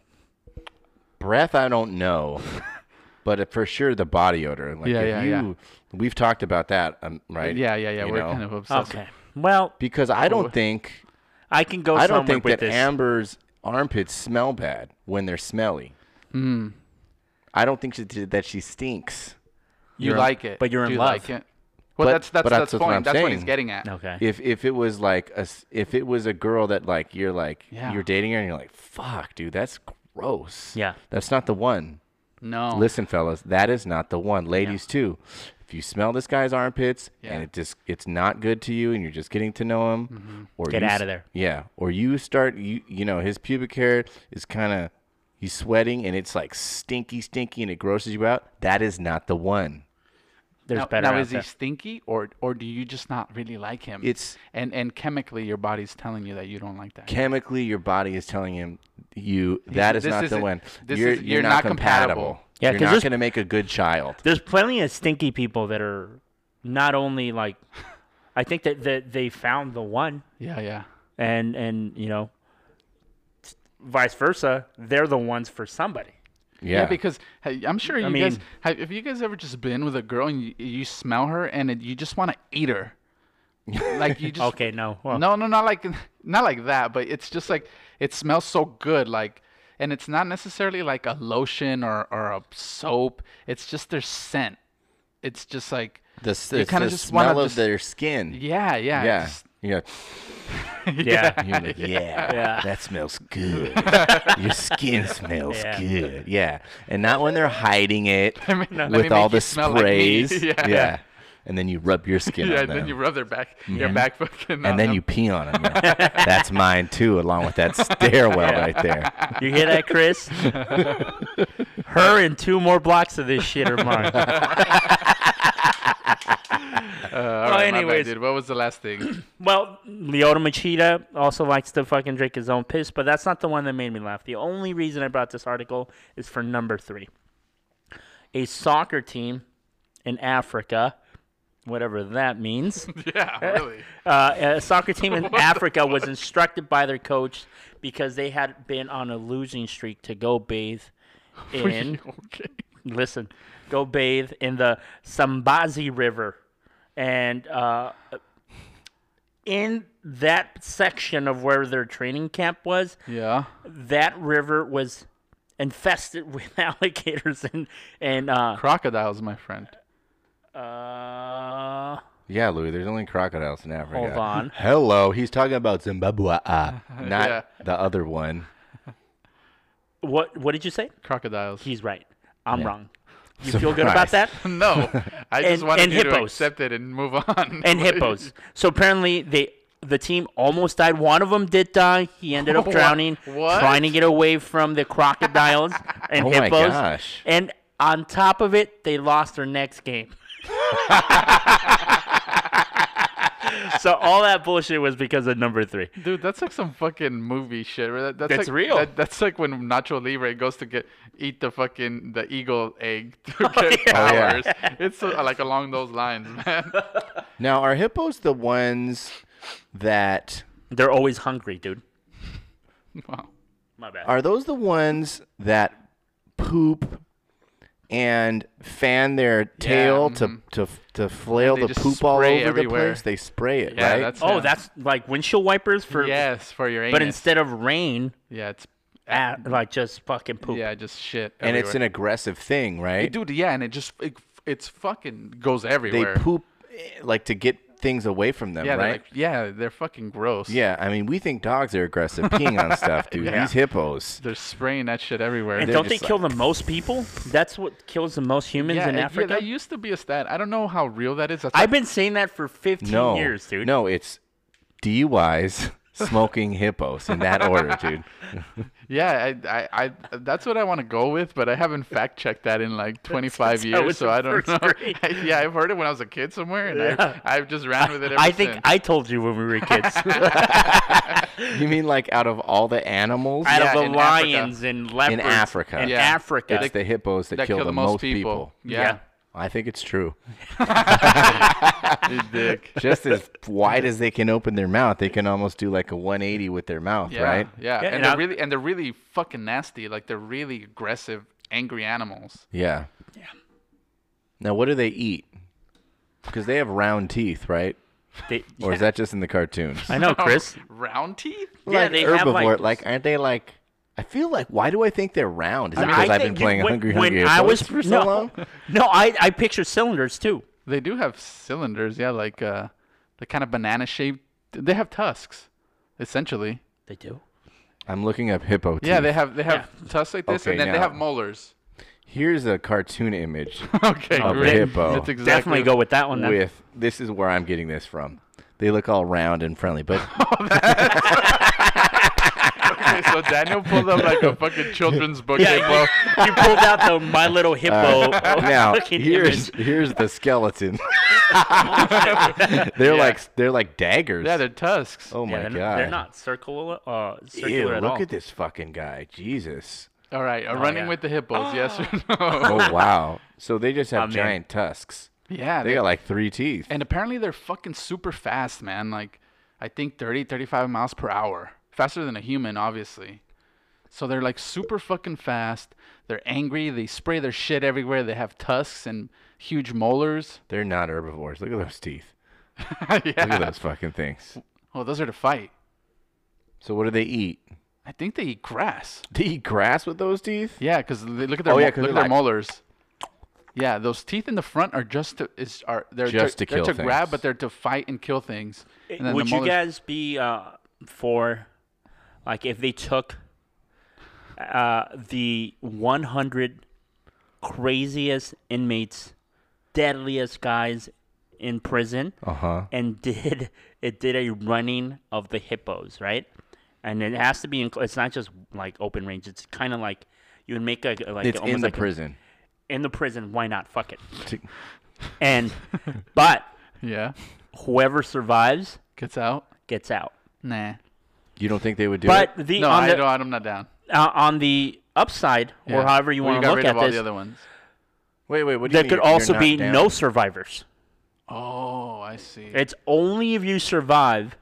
[SPEAKER 1] Breath, I don't know, but uh, for sure the body odor. Like
[SPEAKER 2] Yeah,
[SPEAKER 1] if
[SPEAKER 2] yeah,
[SPEAKER 1] you,
[SPEAKER 2] yeah.
[SPEAKER 1] We've talked about that, um, right?
[SPEAKER 2] Yeah, yeah, yeah.
[SPEAKER 1] You
[SPEAKER 2] We're
[SPEAKER 1] know?
[SPEAKER 2] kind of obsessed.
[SPEAKER 3] Okay. Well,
[SPEAKER 1] Because I don't think
[SPEAKER 3] I can go.
[SPEAKER 1] I don't
[SPEAKER 3] somewhere
[SPEAKER 1] think
[SPEAKER 3] with
[SPEAKER 1] that
[SPEAKER 3] this.
[SPEAKER 1] Amber's armpits smell bad when they're smelly.
[SPEAKER 2] Mm.
[SPEAKER 1] I don't think she, that she stinks.
[SPEAKER 2] You
[SPEAKER 3] You're in-
[SPEAKER 2] like it,
[SPEAKER 3] but you're in
[SPEAKER 2] you
[SPEAKER 3] love.
[SPEAKER 2] Like it. Well,
[SPEAKER 1] But-
[SPEAKER 2] that's that's
[SPEAKER 1] but
[SPEAKER 2] that's
[SPEAKER 1] that's
[SPEAKER 2] the
[SPEAKER 1] what I'm
[SPEAKER 2] point. That's what he's
[SPEAKER 1] saying.
[SPEAKER 2] getting at.
[SPEAKER 3] Okay.
[SPEAKER 1] If if it was like a s- if it was a girl that like you're like
[SPEAKER 2] Yeah.
[SPEAKER 1] you're dating her and you're like fuck dude that's gross
[SPEAKER 3] Yeah.
[SPEAKER 1] that's not the one
[SPEAKER 2] No.
[SPEAKER 1] listen fellas that is not the one ladies too if you smell this guy's armpits
[SPEAKER 2] Yeah.
[SPEAKER 1] and it just it's not good to you and you're just getting to know him
[SPEAKER 2] Mm-hmm.
[SPEAKER 1] or
[SPEAKER 3] Get
[SPEAKER 1] you
[SPEAKER 3] outta
[SPEAKER 1] s-
[SPEAKER 3] there.
[SPEAKER 1] yeah or you start you you know his pubic hair is kind of he's sweating and it's like stinky stinky and it grosses you out that is not the one
[SPEAKER 3] There's
[SPEAKER 2] now,
[SPEAKER 3] better
[SPEAKER 2] now
[SPEAKER 3] out
[SPEAKER 2] is
[SPEAKER 3] there.
[SPEAKER 2] he stinky or or do you just not really like him?
[SPEAKER 1] It's-
[SPEAKER 2] and and chemically your body's telling you that you don't like that.
[SPEAKER 1] chemically your body is telling him you that is
[SPEAKER 2] this
[SPEAKER 1] not the
[SPEAKER 2] isn't-
[SPEAKER 1] one.
[SPEAKER 2] this
[SPEAKER 1] you're,
[SPEAKER 2] is-
[SPEAKER 1] you're,
[SPEAKER 2] you're
[SPEAKER 1] not
[SPEAKER 2] not compatible.
[SPEAKER 1] compatible.
[SPEAKER 3] Yeah,
[SPEAKER 1] you're
[SPEAKER 3] 'cause
[SPEAKER 1] not
[SPEAKER 3] this-
[SPEAKER 1] going to make a good child.
[SPEAKER 3] there's plenty of stinky people that are not only like I think that, that they found the one
[SPEAKER 2] yeah, yeah.
[SPEAKER 3] and and you know vice versa they're the ones for somebody
[SPEAKER 1] Yeah,
[SPEAKER 2] Yeah, because hey, I'm sure you guys
[SPEAKER 3] mean-
[SPEAKER 2] have, have you guys ever just been with a girl and you, you smell her and it, you just want to eat her. like you just
[SPEAKER 3] okay no well,
[SPEAKER 2] No, no, not like not like that, but it's just like it smells so good like and it's not necessarily like a lotion or, or a soap. It's just their scent. It's just like
[SPEAKER 1] the, s-
[SPEAKER 2] you
[SPEAKER 1] it's
[SPEAKER 2] kinda
[SPEAKER 1] the
[SPEAKER 2] just wanna
[SPEAKER 1] smell of
[SPEAKER 2] just-
[SPEAKER 1] their skin.
[SPEAKER 2] yeah, yeah.
[SPEAKER 1] yeah,
[SPEAKER 2] it's-
[SPEAKER 1] yeah.
[SPEAKER 3] yeah
[SPEAKER 1] You're like, yeah,
[SPEAKER 3] Yeah.
[SPEAKER 1] that smells good. Your skin smells
[SPEAKER 3] Yeah.
[SPEAKER 1] good. Yeah, and not when they're hiding it
[SPEAKER 2] me- let me
[SPEAKER 1] with
[SPEAKER 2] make
[SPEAKER 1] all
[SPEAKER 2] you
[SPEAKER 1] the
[SPEAKER 2] smell like me.
[SPEAKER 1] sprays.
[SPEAKER 2] Yeah.
[SPEAKER 1] and then you rub your skin
[SPEAKER 2] Yeah,
[SPEAKER 1] on
[SPEAKER 2] and
[SPEAKER 1] them.
[SPEAKER 2] then you rub their back, your back fucking. on
[SPEAKER 1] and then
[SPEAKER 2] them.
[SPEAKER 1] you pee on them. That's mine too, along with that stairwell right there.
[SPEAKER 3] you hear that chris her and two more blocks of this shit are mine
[SPEAKER 2] Uh, all
[SPEAKER 3] Well,
[SPEAKER 2] right, my bad,
[SPEAKER 3] anyways.
[SPEAKER 2] dude. What was the last thing?
[SPEAKER 3] well leota machida also likes to fucking drink his own piss but that's not the one that made me laugh the only reason i brought this article is for number three a soccer team in africa whatever that means
[SPEAKER 2] yeah, really.
[SPEAKER 3] uh, a soccer team in Africa was instructed by their coach because they had been on a losing streak to go bathe in
[SPEAKER 2] okay.
[SPEAKER 3] listen, go bathe in the Sambazi River, and uh, in that section of where their training camp was,
[SPEAKER 2] Yeah.
[SPEAKER 3] that river was infested with alligators and and uh,
[SPEAKER 2] Crocodiles, my friend.
[SPEAKER 3] uh
[SPEAKER 1] Yeah, Louis, there's only crocodiles in Africa.
[SPEAKER 3] Hold on.
[SPEAKER 1] Hello, he's talking about Zimbabwe, uh, not
[SPEAKER 2] Yeah.
[SPEAKER 1] the other one.
[SPEAKER 3] what what did you say?
[SPEAKER 2] Crocodiles.
[SPEAKER 3] He's right. I'm wrong. You feel good about
[SPEAKER 1] Surprise.
[SPEAKER 3] that?
[SPEAKER 2] no, I just
[SPEAKER 3] And-
[SPEAKER 2] wanted
[SPEAKER 3] and
[SPEAKER 2] you to
[SPEAKER 3] hippos.
[SPEAKER 2] accept it and move on.
[SPEAKER 3] and hippos. So apparently they the team almost died. One of them did die. He ended up
[SPEAKER 2] Wha-
[SPEAKER 3] drowning,
[SPEAKER 2] what?
[SPEAKER 3] trying to get away from the crocodiles and
[SPEAKER 1] Oh my
[SPEAKER 3] hippos.
[SPEAKER 1] gosh.
[SPEAKER 3] And on top of it, they lost their next game. so all that bullshit was because of number three.
[SPEAKER 2] Dude, that's like some fucking movie shit. right? That- that's
[SPEAKER 3] That's
[SPEAKER 2] like-
[SPEAKER 3] real.
[SPEAKER 2] that- that's like when Nacho Libre goes to get eat the fucking the eagle egg to
[SPEAKER 3] Oh,
[SPEAKER 2] get
[SPEAKER 1] Oh, yeah.
[SPEAKER 2] powers. It's uh, like along those lines, man.
[SPEAKER 1] Now, are hippos the ones that
[SPEAKER 3] They're always hungry, dude.
[SPEAKER 2] wow.
[SPEAKER 3] My bad.
[SPEAKER 1] are those the ones that poop and fan their tail to, to to flail
[SPEAKER 2] mm-hmm. they
[SPEAKER 1] the
[SPEAKER 2] just
[SPEAKER 1] poop all over
[SPEAKER 2] spray
[SPEAKER 1] the
[SPEAKER 2] everywhere.
[SPEAKER 1] place. They spray it,
[SPEAKER 2] Yeah,
[SPEAKER 1] right?
[SPEAKER 2] that's-
[SPEAKER 3] Oh,
[SPEAKER 2] Yeah.
[SPEAKER 3] that's like windshield wipers for.
[SPEAKER 2] yes, for your anus.
[SPEAKER 3] But instead of rain,
[SPEAKER 2] yeah, it's
[SPEAKER 3] at, like just fucking poop.
[SPEAKER 2] yeah, just shit.
[SPEAKER 1] Oh. and it's an
[SPEAKER 2] everywhere.
[SPEAKER 1] aggressive thing, right?
[SPEAKER 2] dude. Yeah, and it just it, it's fucking goes
[SPEAKER 1] they
[SPEAKER 2] everywhere.
[SPEAKER 1] poop eh, like to get things away from them,
[SPEAKER 2] yeah, they're
[SPEAKER 1] right?
[SPEAKER 2] like, yeah, they're fucking gross.
[SPEAKER 1] yeah, I mean, we think dogs are aggressive peeing on stuff, dude.
[SPEAKER 3] Yeah.
[SPEAKER 1] These hippos.
[SPEAKER 2] they're spraying that shit everywhere.
[SPEAKER 3] And
[SPEAKER 1] They're
[SPEAKER 3] don't they
[SPEAKER 1] just
[SPEAKER 3] kill the most people? That's what kills the most humans
[SPEAKER 2] yeah,
[SPEAKER 3] in
[SPEAKER 2] it- yeah,
[SPEAKER 3] Africa.
[SPEAKER 2] that used to be a stat. I don't know how real that is. That's
[SPEAKER 3] I've been saying that for 15
[SPEAKER 1] No,
[SPEAKER 3] years, dude.
[SPEAKER 1] no, it's DUIs, smoking hippos in that order, dude.
[SPEAKER 2] Yeah, I, I, I, that's what I want to go with, but I haven't fact checked that in like 25
[SPEAKER 3] since I
[SPEAKER 2] years,
[SPEAKER 3] was
[SPEAKER 2] so
[SPEAKER 3] in
[SPEAKER 2] I don't know.
[SPEAKER 3] first grade.
[SPEAKER 2] I, yeah, I've heard it when I was a kid somewhere, and
[SPEAKER 3] Yeah.
[SPEAKER 2] I, I've just ran with it. Ever
[SPEAKER 3] I think
[SPEAKER 2] since.
[SPEAKER 3] I told you when we were kids.
[SPEAKER 1] You mean like out of all the animals?
[SPEAKER 3] out
[SPEAKER 2] Yeah,
[SPEAKER 3] of the
[SPEAKER 2] in Africa.
[SPEAKER 3] lions and leopards
[SPEAKER 1] Africa.
[SPEAKER 3] in
[SPEAKER 2] Yeah.
[SPEAKER 3] Africa.
[SPEAKER 1] It's the hippos that,
[SPEAKER 2] that
[SPEAKER 1] kill, the most people.
[SPEAKER 2] Yeah,
[SPEAKER 1] I think it's true.
[SPEAKER 2] you dick.
[SPEAKER 1] Just as wide as they can open their mouth, they can almost do like a 180 with their mouth,
[SPEAKER 2] Yeah,
[SPEAKER 1] right?
[SPEAKER 2] Yeah, and,
[SPEAKER 3] and
[SPEAKER 2] they're
[SPEAKER 3] I-
[SPEAKER 2] really and they're really fucking nasty. Like they're really aggressive, angry animals.
[SPEAKER 1] Yeah. Yeah. Now, what do they eat? Because they have round teeth, right?
[SPEAKER 3] They-
[SPEAKER 1] Or is that just in the cartoons?
[SPEAKER 3] I know, Chris.
[SPEAKER 2] Oh, Round teeth?
[SPEAKER 3] yeah,
[SPEAKER 1] like
[SPEAKER 3] they have,
[SPEAKER 1] herbivore.
[SPEAKER 3] like-
[SPEAKER 1] Like, aren't they like? I feel like why do I think they're round? Is it
[SPEAKER 3] I
[SPEAKER 1] because I've
[SPEAKER 3] think
[SPEAKER 1] been
[SPEAKER 3] you-
[SPEAKER 1] playing
[SPEAKER 3] when-
[SPEAKER 1] Hungry
[SPEAKER 3] when
[SPEAKER 1] Hungry
[SPEAKER 3] I
[SPEAKER 1] Hippos
[SPEAKER 3] was
[SPEAKER 1] for so
[SPEAKER 3] no,
[SPEAKER 1] long?
[SPEAKER 3] No, I, I picture cylinders too.
[SPEAKER 2] They do have cylinders. Yeah, like uh, the kind of banana shaped. They have tusks, essentially.
[SPEAKER 3] They do.
[SPEAKER 1] I'm looking up hippo teeth.
[SPEAKER 2] Yeah, they have they have tusks like this,
[SPEAKER 1] Okay,
[SPEAKER 2] and then they
[SPEAKER 1] now-
[SPEAKER 2] have molars.
[SPEAKER 1] Here's a cartoon image
[SPEAKER 2] okay,
[SPEAKER 1] Of a
[SPEAKER 2] great.
[SPEAKER 1] hippo.
[SPEAKER 2] That's exactly
[SPEAKER 3] Definitely go with that one. Then.
[SPEAKER 1] with this is where I'm getting this from. They look all round and friendly, but
[SPEAKER 2] Okay, so Daniel pulled up like a fucking children's book.
[SPEAKER 3] yeah,
[SPEAKER 2] hippo.
[SPEAKER 3] you, you pulled out the My Little Hippo.
[SPEAKER 1] Uh, now
[SPEAKER 3] fucking
[SPEAKER 1] here's
[SPEAKER 3] image.
[SPEAKER 1] here's the skeleton. they're like they're like daggers.
[SPEAKER 2] yeah, they're tusks.
[SPEAKER 1] oh
[SPEAKER 3] Yeah,
[SPEAKER 1] my
[SPEAKER 3] they're,
[SPEAKER 1] god,
[SPEAKER 3] they're not circular, uh, circular
[SPEAKER 1] Ew,
[SPEAKER 3] at
[SPEAKER 1] look
[SPEAKER 3] all.
[SPEAKER 1] at this fucking guy, Jesus.
[SPEAKER 2] All right, uh, running
[SPEAKER 3] Oh, yeah.
[SPEAKER 2] with the hippos. yes or no?
[SPEAKER 1] Oh wow. So they just have
[SPEAKER 3] Oh, man.
[SPEAKER 1] giant tusks.
[SPEAKER 2] Yeah,
[SPEAKER 1] They
[SPEAKER 2] they-
[SPEAKER 1] got like three teeth.
[SPEAKER 2] and apparently they're fucking super fast, man. Like I think 30, 35 miles per hour, faster than a human, obviously. So they're like super fucking fast. They're angry. They spray their shit everywhere. They have tusks and huge molars.
[SPEAKER 1] They're not herbivores. Look at those teeth. Look at
[SPEAKER 2] yeah.
[SPEAKER 1] those fucking things.
[SPEAKER 2] Well, those are to fight.
[SPEAKER 1] So what do they eat?
[SPEAKER 2] I think they eat grass.
[SPEAKER 1] They eat grass with those teeth?
[SPEAKER 2] Yeah, because look at their
[SPEAKER 1] Oh, yeah,
[SPEAKER 2] mo-
[SPEAKER 1] 'cause they're
[SPEAKER 2] look at their
[SPEAKER 1] like-
[SPEAKER 2] molars. Yeah, those teeth in the front are just to is are they're
[SPEAKER 1] Just
[SPEAKER 2] to,
[SPEAKER 1] to
[SPEAKER 2] they're
[SPEAKER 1] kill
[SPEAKER 2] to grab,
[SPEAKER 1] things.
[SPEAKER 2] but they're to fight and kill things. And then
[SPEAKER 3] Would
[SPEAKER 2] the
[SPEAKER 3] you
[SPEAKER 2] molars,
[SPEAKER 3] guys be uh, for, like, if they took uh, the 100 craziest inmates, deadliest guys in prison,
[SPEAKER 1] Uh-huh.
[SPEAKER 3] and did it did a running of the hippos, right? And it has to be. In, it's not just like open range. It's kind of like you would make a like
[SPEAKER 1] It's
[SPEAKER 3] almost
[SPEAKER 1] in the
[SPEAKER 3] like a-
[SPEAKER 1] prison.
[SPEAKER 3] in the prison. Why not? Fuck it.
[SPEAKER 1] T-
[SPEAKER 3] And but
[SPEAKER 2] yeah,
[SPEAKER 3] whoever survives
[SPEAKER 2] gets out.
[SPEAKER 3] gets out.
[SPEAKER 2] Nah,
[SPEAKER 1] You don't think they would do
[SPEAKER 3] But
[SPEAKER 1] it?
[SPEAKER 3] the
[SPEAKER 2] no,
[SPEAKER 3] on
[SPEAKER 2] I
[SPEAKER 3] the,
[SPEAKER 2] don't. I'm not down.
[SPEAKER 3] uh, on the upside, or
[SPEAKER 2] Yeah.
[SPEAKER 3] however you
[SPEAKER 2] Well,
[SPEAKER 3] want
[SPEAKER 2] got
[SPEAKER 3] to look
[SPEAKER 2] rid
[SPEAKER 3] at
[SPEAKER 2] of all
[SPEAKER 3] this,
[SPEAKER 2] the other ones.
[SPEAKER 1] Wait, wait, what do you
[SPEAKER 3] there
[SPEAKER 1] mean
[SPEAKER 3] could
[SPEAKER 1] you're
[SPEAKER 3] also
[SPEAKER 1] not
[SPEAKER 3] be
[SPEAKER 1] down?
[SPEAKER 3] no survivors.
[SPEAKER 2] Oh, I see.
[SPEAKER 3] It's only if you survive,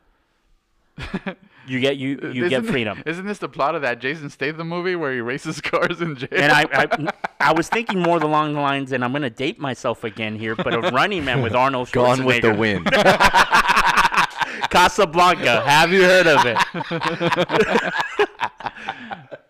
[SPEAKER 3] you get you you get
[SPEAKER 2] Isn't-
[SPEAKER 3] freedom.
[SPEAKER 2] Isn't this the plot of that Jason Statham movie where he races cars in jail?
[SPEAKER 3] And I, I I was thinking more along the lines, and I'm gonna date myself again here, but a running man with Arnold Schwarzenegger.
[SPEAKER 1] Gone with the wind.
[SPEAKER 3] Casablanca. Have you heard of it?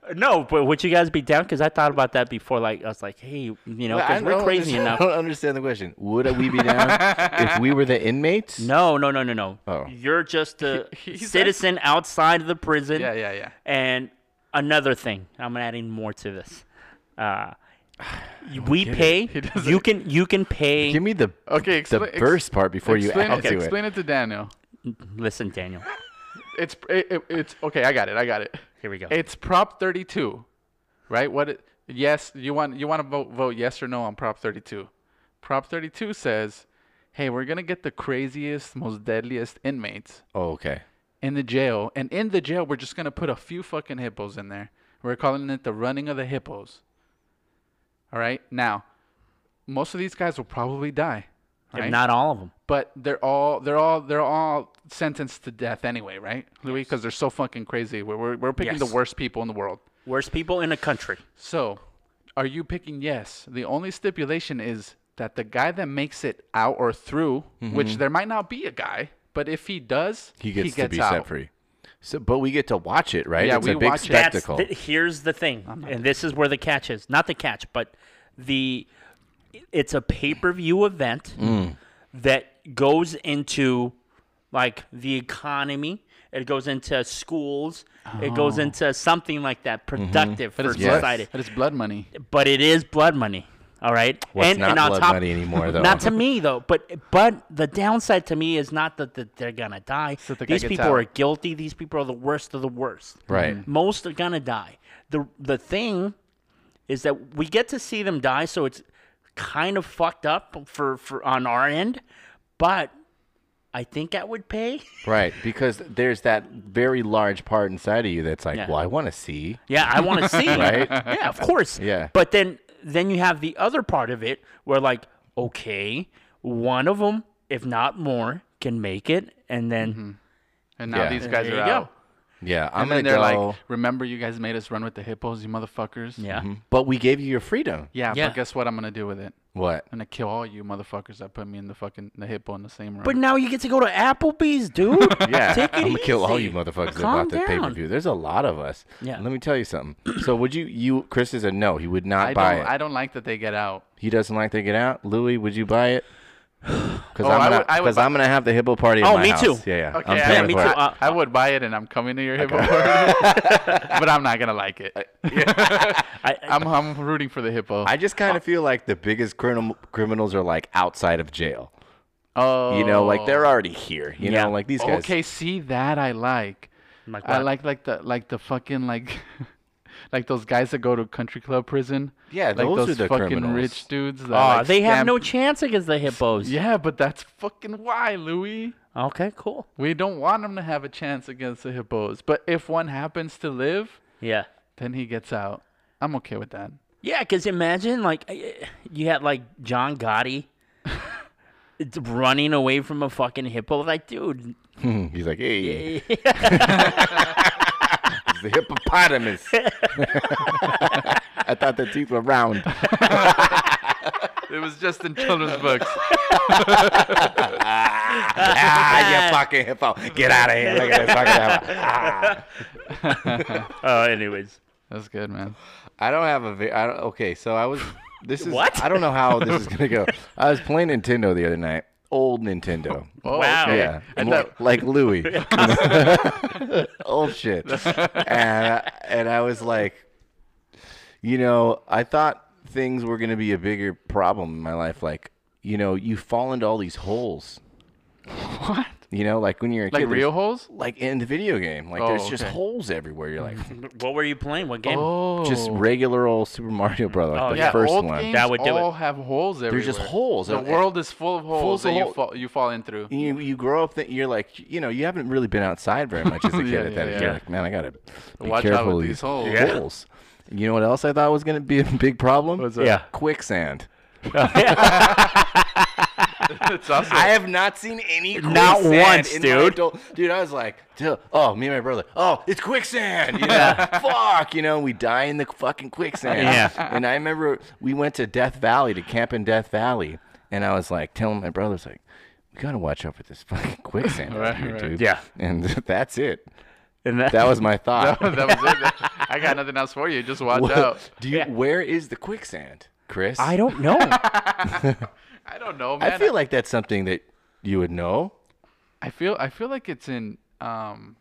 [SPEAKER 3] no, but would you guys be down? Because I thought about that before. Like I was like, hey, you know,
[SPEAKER 1] I
[SPEAKER 3] because we're
[SPEAKER 1] don't
[SPEAKER 3] crazy
[SPEAKER 1] understand-
[SPEAKER 3] enough.
[SPEAKER 1] I don't understand the question. Would we be down if we were the inmates?
[SPEAKER 3] No, no, no, no, no.
[SPEAKER 1] Oh.
[SPEAKER 3] You're just a
[SPEAKER 2] He- he's
[SPEAKER 3] citizen outside of the prison.
[SPEAKER 2] yeah, yeah, yeah.
[SPEAKER 3] And another thing, I'm adding more to this. Uh, we pay.
[SPEAKER 2] doesn't-
[SPEAKER 3] You can you can pay.
[SPEAKER 1] Give me the
[SPEAKER 2] Okay,
[SPEAKER 1] the
[SPEAKER 2] expla- ex-
[SPEAKER 1] first part before you
[SPEAKER 2] explain
[SPEAKER 1] add
[SPEAKER 2] it,
[SPEAKER 1] to it.
[SPEAKER 2] explain it to Daniel.
[SPEAKER 3] Listen, Daniel.
[SPEAKER 2] It's it, it- it's okay. I got it. I got it.
[SPEAKER 3] Here we go.
[SPEAKER 2] It's Prop 32, right? What? It, yes, you want you want to vote vote yes or no on Prop 32. Prop 32 says, "Hey, we're gonna get the craziest, most deadliest inmates
[SPEAKER 1] Oh, okay.
[SPEAKER 2] in the jail, and in the jail, we're just gonna put a few fucking hippos in there. We're calling it the running of the hippos. All right. Now, most of these guys will probably die.
[SPEAKER 3] If
[SPEAKER 2] right?
[SPEAKER 3] not all of them.
[SPEAKER 2] but they're all they're all they're all sentenced to death anyway, right, Louis? Because they're so fucking crazy. We're we're, we're picking the
[SPEAKER 3] Yes.
[SPEAKER 2] worst people in the world.
[SPEAKER 3] Worst people in the country.
[SPEAKER 2] So, Are you picking yes? The only stipulation is that the guy that makes it out or through, which there might not be a guy, but if he does,
[SPEAKER 1] Mm-hmm. He gets, to be
[SPEAKER 2] out.
[SPEAKER 1] set free. So, but we get to watch it, right?
[SPEAKER 2] Yeah,
[SPEAKER 1] it's
[SPEAKER 2] we
[SPEAKER 1] a big
[SPEAKER 2] watch it. That's
[SPEAKER 1] spectacle.
[SPEAKER 3] That's the, here's the thing, and this is where the catch is. Not the catch, but the it's a pay per view event
[SPEAKER 2] Mm.
[SPEAKER 3] that goes into like the economy. It goes into schools. It goes into something like that productive
[SPEAKER 2] Oh. Mm-hmm. But
[SPEAKER 3] for
[SPEAKER 2] it's,
[SPEAKER 3] society.
[SPEAKER 2] blood, but it's blood money.
[SPEAKER 3] But it is blood money. All right.
[SPEAKER 1] Well, it's not blood money anymore, though.
[SPEAKER 3] Not to me though. But but the downside to me is not that, that they're gonna die.
[SPEAKER 2] that the guy
[SPEAKER 3] These
[SPEAKER 2] gets
[SPEAKER 3] people
[SPEAKER 2] out.
[SPEAKER 3] are guilty. These people are the worst of the worst.
[SPEAKER 1] Right.
[SPEAKER 3] Most are gonna die. The the thing is that we get to see them die, so it's kind of fucked up for, for on our end. But I think I would pay.
[SPEAKER 2] Mm-hmm.
[SPEAKER 1] Right, because there's that very large part inside of you that's like,
[SPEAKER 3] Yeah.
[SPEAKER 1] well, I want to see.
[SPEAKER 3] Yeah, I want to see.
[SPEAKER 1] Right?
[SPEAKER 3] Yeah, of course.
[SPEAKER 1] Yeah.
[SPEAKER 3] But then then you have the other part of it where like, okay, one of them, if not more, can make it, and then
[SPEAKER 2] And now
[SPEAKER 1] Yeah.
[SPEAKER 2] these
[SPEAKER 3] and
[SPEAKER 2] guys
[SPEAKER 3] there
[SPEAKER 2] are
[SPEAKER 3] you
[SPEAKER 2] out.
[SPEAKER 1] Yeah, I'm
[SPEAKER 2] and then
[SPEAKER 1] gonna
[SPEAKER 2] they're
[SPEAKER 1] go.
[SPEAKER 2] like, "Remember, you guys made us run with the hippos, you motherfuckers."
[SPEAKER 3] go. Yeah.
[SPEAKER 1] but we gave you your freedom.
[SPEAKER 2] Yeah,
[SPEAKER 3] Yeah.
[SPEAKER 2] but guess what? I'm gonna do with it.
[SPEAKER 1] What?
[SPEAKER 2] I'm gonna kill all you motherfuckers that put me in the fucking the hippo in the same room.
[SPEAKER 3] But now you get to go to Applebee's, dude.
[SPEAKER 1] Yeah,
[SPEAKER 3] Take it
[SPEAKER 1] I'm gonna kill all
[SPEAKER 3] easy.
[SPEAKER 1] you motherfuckers that bought
[SPEAKER 3] Calm
[SPEAKER 1] this pay per view. There's a lot of us.
[SPEAKER 3] Yeah.
[SPEAKER 1] Let me tell you something. So would you? You Chris is a no. He would not
[SPEAKER 2] I
[SPEAKER 1] buy
[SPEAKER 2] don't,
[SPEAKER 1] it.
[SPEAKER 2] I don't like that they get out.
[SPEAKER 1] he doesn't like to get out. Louis, would you buy it? Because
[SPEAKER 2] Oh, I
[SPEAKER 1] I'm gonna
[SPEAKER 2] would- I would
[SPEAKER 1] because
[SPEAKER 2] buy-
[SPEAKER 1] I'm gonna have the hippo party. at
[SPEAKER 3] Oh,
[SPEAKER 1] my
[SPEAKER 3] me
[SPEAKER 1] house.
[SPEAKER 3] too.
[SPEAKER 1] Yeah, yeah.
[SPEAKER 2] Okay,
[SPEAKER 1] I'm
[SPEAKER 2] yeah,
[SPEAKER 1] paying
[SPEAKER 3] me
[SPEAKER 1] for
[SPEAKER 3] too.
[SPEAKER 1] it.
[SPEAKER 3] Uh,
[SPEAKER 2] I would buy it, and I'm coming to your hippo party, but I'm not gonna like it.
[SPEAKER 3] I, I,
[SPEAKER 2] I'm I'm rooting for the hippo.
[SPEAKER 1] I just kind of feel like the biggest criminal criminals are like outside of jail.
[SPEAKER 2] oh,
[SPEAKER 1] You know, like they're already here. You
[SPEAKER 3] Yeah.
[SPEAKER 1] know, like these guys.
[SPEAKER 2] okay. See that I like.
[SPEAKER 3] like,
[SPEAKER 2] I
[SPEAKER 3] what?
[SPEAKER 2] like like the like the fucking like like those guys that go to country club prison.
[SPEAKER 1] Yeah,
[SPEAKER 2] like
[SPEAKER 1] those are the
[SPEAKER 2] fucking
[SPEAKER 1] criminals.
[SPEAKER 2] rich dudes. That,
[SPEAKER 3] Aw,
[SPEAKER 2] like,
[SPEAKER 3] they have
[SPEAKER 2] scam-
[SPEAKER 3] no chance against the hippos.
[SPEAKER 2] Yeah, but that's fucking why, Louis.
[SPEAKER 3] Okay, cool.
[SPEAKER 2] We don't want him to have a chance against the hippos. But if one happens to live,
[SPEAKER 3] Yeah.
[SPEAKER 2] then he gets out. I'm okay with that.
[SPEAKER 3] Yeah, because imagine like eh, you had like John Gotti it's running away from a fucking hippo. Like, dude,
[SPEAKER 1] He's like, hey. It's the hippopotamus. I thought the teeth were round.
[SPEAKER 2] It was just in children's books.
[SPEAKER 1] ah, you fucking hippo. Get out of here. Look at this fucking hippo.
[SPEAKER 3] Uh, anyways,
[SPEAKER 2] That's good, man.
[SPEAKER 1] I don't have a. vi- I don't, okay, so I was. This is.
[SPEAKER 3] What?
[SPEAKER 1] I don't know how this is going to go. I was playing Nintendo the other night. Old Nintendo.
[SPEAKER 2] Oh,
[SPEAKER 3] Wow.
[SPEAKER 2] okay.
[SPEAKER 1] Yeah,
[SPEAKER 2] I
[SPEAKER 1] more-
[SPEAKER 2] thought-
[SPEAKER 1] like Louis. Old shit. And I, and I was like, you know, I thought things were going to be a bigger problem in my life. Like, you know, you fall into all these holes.
[SPEAKER 2] what?
[SPEAKER 1] You know, like when you're a
[SPEAKER 2] Like
[SPEAKER 1] kid, there's-
[SPEAKER 2] real holes?
[SPEAKER 1] like in the video game, like
[SPEAKER 2] Oh,
[SPEAKER 1] there's just
[SPEAKER 2] okay.
[SPEAKER 1] holes everywhere. You're like,
[SPEAKER 3] what were you playing? What game?
[SPEAKER 2] Oh.
[SPEAKER 1] just regular old Super Mario Brother, like
[SPEAKER 3] Oh,
[SPEAKER 1] the
[SPEAKER 2] yeah,
[SPEAKER 1] first
[SPEAKER 2] old
[SPEAKER 1] one.
[SPEAKER 2] games
[SPEAKER 3] That would do it.
[SPEAKER 2] all have holes everywhere.
[SPEAKER 1] There's just holes.
[SPEAKER 2] The
[SPEAKER 1] And-
[SPEAKER 2] world is full of holes
[SPEAKER 1] of
[SPEAKER 2] that you
[SPEAKER 1] hole-
[SPEAKER 2] fall you fall in through.
[SPEAKER 1] you you grow up that you're like you know you haven't really been outside very much as a kid
[SPEAKER 2] Yeah,
[SPEAKER 1] at that
[SPEAKER 2] yeah,
[SPEAKER 1] age.
[SPEAKER 2] yeah.
[SPEAKER 1] You're like, man, I gotta be
[SPEAKER 2] Watch out
[SPEAKER 1] careful
[SPEAKER 2] with
[SPEAKER 1] with
[SPEAKER 2] these holes.
[SPEAKER 3] Yeah.
[SPEAKER 1] holes. You know what else I thought was gonna be a big problem?
[SPEAKER 2] What's that?
[SPEAKER 3] Yeah.
[SPEAKER 1] Quicksand.
[SPEAKER 2] it's awesome.
[SPEAKER 1] I have not seen any quicksand
[SPEAKER 3] Not once,
[SPEAKER 1] in My
[SPEAKER 3] dude.
[SPEAKER 1] adult, dude, I was like, dude, oh, me and my brother, oh, it's quicksand. You know, fuck, you know, we die in the fucking quicksand.
[SPEAKER 3] Yeah.
[SPEAKER 1] And I remember we went to Death Valley to camp in Death Valley, and I was like telling my brothers like, we gotta watch out for this fucking quicksand, out
[SPEAKER 2] Right,
[SPEAKER 1] here,
[SPEAKER 2] right.
[SPEAKER 1] dude.
[SPEAKER 3] Yeah.
[SPEAKER 1] And that's it.
[SPEAKER 3] And that,
[SPEAKER 1] That was my thought.
[SPEAKER 2] that was it. I got nothing else for you. Just watch
[SPEAKER 1] What-
[SPEAKER 2] out.
[SPEAKER 1] do you?
[SPEAKER 3] Yeah.
[SPEAKER 1] Where is the quicksand, Chris?
[SPEAKER 3] I don't know.
[SPEAKER 2] I don't know, man.
[SPEAKER 1] I feel like that's something that you would know.
[SPEAKER 2] I feel I feel like it's in um